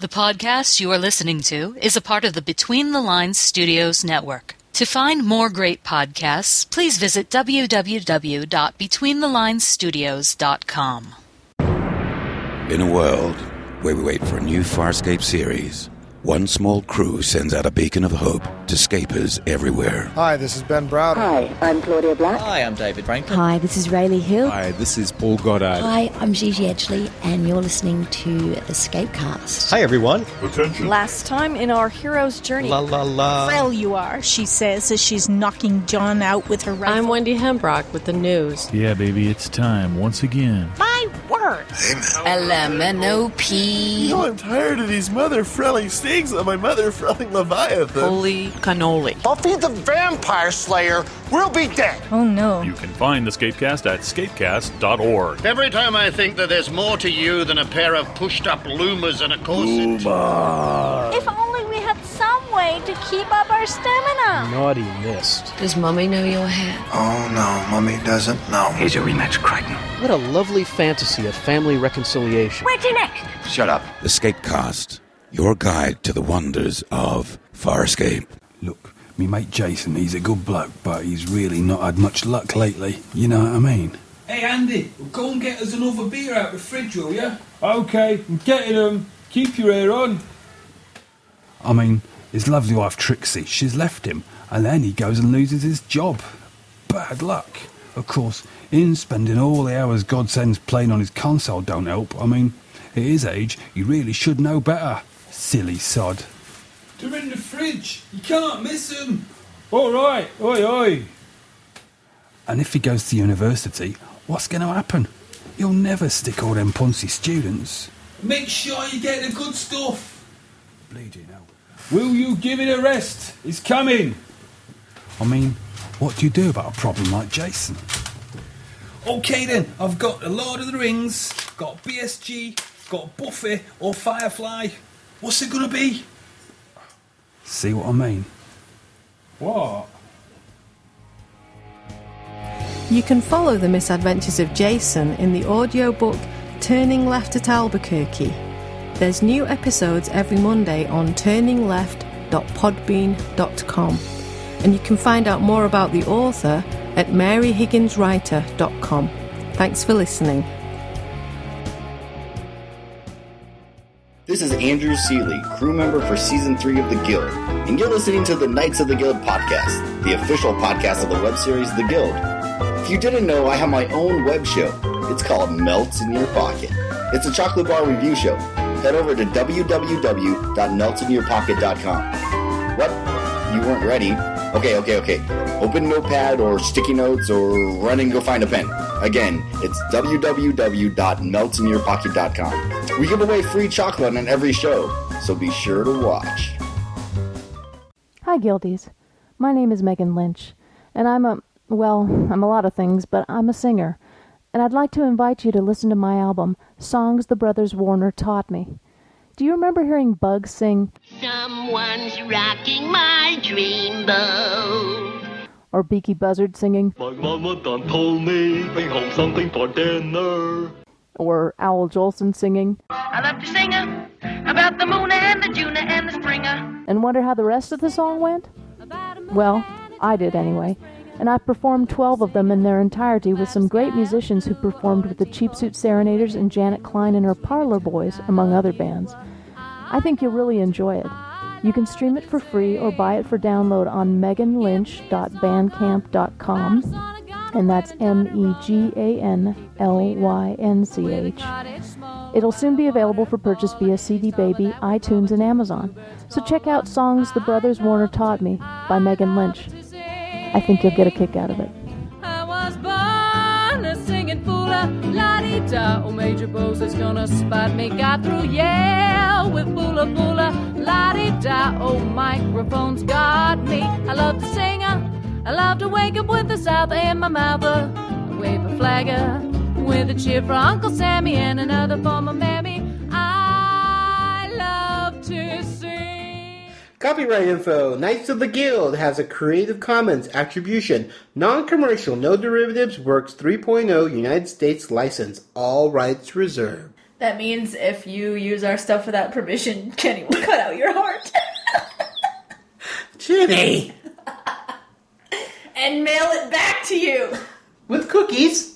Speaker 1: The podcast you are listening to is a part of the Between the Lines Studios network. To find more great podcasts, please visit www.betweenthelines.studios.com.
Speaker 3: In a world where we wait for a new Farscape series, one small crew sends out a beacon of hope to scapers everywhere.
Speaker 23: Hi, this is Ben Browder. Hi, I'm Claudia Black. Hi, I'm David Franklin. Hi, this is Rayleigh Hill. Hi, this is Paul Goddard.
Speaker 24: Hi, I'm Gigi Edgley, and you're listening to the Scapecast.
Speaker 23: Hi, everyone. Attention.
Speaker 25: Last time in our hero's journey.
Speaker 23: La la la.
Speaker 25: Well, you are, she says as she's knocking John out with her rifle. I'm Wendy Hembrock with the news.
Speaker 20: Yeah, baby, it's time once again.
Speaker 25: My word.
Speaker 1: LMNOP.
Speaker 26: No, I'm tired of these mother frelling stings on my mother frelling Leviathan.
Speaker 20: Holy
Speaker 26: cannoli. Buffy the Vampire Slayer will be dead.
Speaker 25: Oh no.
Speaker 20: You can find the Scapecast at scapecast.org.
Speaker 27: Every time I think that there's more to you than a pair of pushed up loomers and a corset.
Speaker 23: oh,
Speaker 28: If only we had some way to keep up our stamina.
Speaker 23: Naughty mist.
Speaker 28: Does Mummy know your hat?
Speaker 23: Oh no, mummy doesn't know. Here's your rematch, Crichton.
Speaker 29: What a lovely fantasy of family reconciliation.
Speaker 28: Where to next?
Speaker 3: Shut up. The Scapecast, your guide to the wonders of Farscape.
Speaker 30: Look, me mate Jason, he's a good bloke, but he's really not had much luck lately. You know what I mean?
Speaker 29: Hey Andy, go and get us another beer out of the fridge, will ya? Okay, I'm getting them. Keep your ear on.
Speaker 30: I mean, his lovely wife Trixie, she's left him, and then he goes and loses his job. Bad luck. Of course, in spending all the hours God sends playing on his console don't help. I mean,
Speaker 22: At his age, you really should know better. Silly sod.
Speaker 30: They're in the fridge. You can't miss them. All right. Oi, oi.
Speaker 22: And if he goes to university, what's going to happen? You'll never stick all them punsy students.
Speaker 30: Make sure you get the good stuff. Bleeding hell. Will you give it a rest? It's coming.
Speaker 22: I mean, what do you do about a problem like Jason?
Speaker 30: Okay then, I've got The Lord of the Rings, got BSG, got Buffy or Firefly. What's it gonna be?
Speaker 22: See what I mean?
Speaker 30: What?
Speaker 5: You can follow the misadventures of Jason in the audiobook Turning Left at Albuquerque. There's new episodes every Monday on turningleft.podbean.com. And you can find out more about the author at maryhigginswriter.com. Thanks for listening.
Speaker 6: This is Andrew Seeley, crew member for season three of The Guild, and you're listening to the Knights of the Guild podcast, the official podcast of the web series The Guild. If you didn't know, I have my own web show. It's called Melts in Your Pocket. It's a chocolate bar review show. Head over to www.meltsinyourpocket.com. What? You weren't ready? Okay, okay, okay. Open notepad or sticky notes or run and go find a pen. Again, it's www.meltsinyourpocket.com. We give away free chocolate on every show, so be sure to watch.
Speaker 10: Hi, Guildies. My name is Megan Lynch, and I'm a, well, I'm a lot of things, but I'm a singer. And I'd like to invite you to listen to my album, Songs the Brothers Warner Taught Me. Do you remember hearing Bugs sing,
Speaker 31: Someone's rocking my dreamboat.
Speaker 10: or Beaky Buzzard singing,
Speaker 31: My mama done told me, bring home something for dinner.
Speaker 10: or Owl Jolson singing,
Speaker 31: I love to sing uh, about the moon and the Juna and the Springer.
Speaker 10: and wonder how the rest of the song went? Well, I did anyway, and I performed 12 of them in their entirety with some great musicians who performed with the Cheap Suit Serenaders and Janet Klein and her Parlor Boys, among other bands. I think you'll really enjoy it. You can stream it for free or buy it for download on meganlynch.bandcamp.com, and that's M E G A N L Y N C H. It'll soon be available for purchase via CD Baby, iTunes, and Amazon. So check out Songs the Brothers Warner Taught Me by Megan Lynch. I think you'll get a kick out of it.
Speaker 28: I was born a singing fool, a la di da. Oh, Major Bose is gonna spot me. Got through Yale with Bula Bula, la di da. Oh, microphones got me. I love to sing, uh, I love to wake up with the South in my mouth. uh, I wave a flag uh, with a cheer for Uncle Sammy and another for my mammy. I love to sing.
Speaker 8: Copyright info Knights of the Guild has a Creative Commons Attribution, non commercial, no derivatives, works 3.0 United States license, all rights reserved.
Speaker 9: That means if you use our stuff without permission, <laughs> Kenny will cut out your heart <laughs>
Speaker 8: Jimmy!
Speaker 9: and mail it back to you.
Speaker 8: With cookies!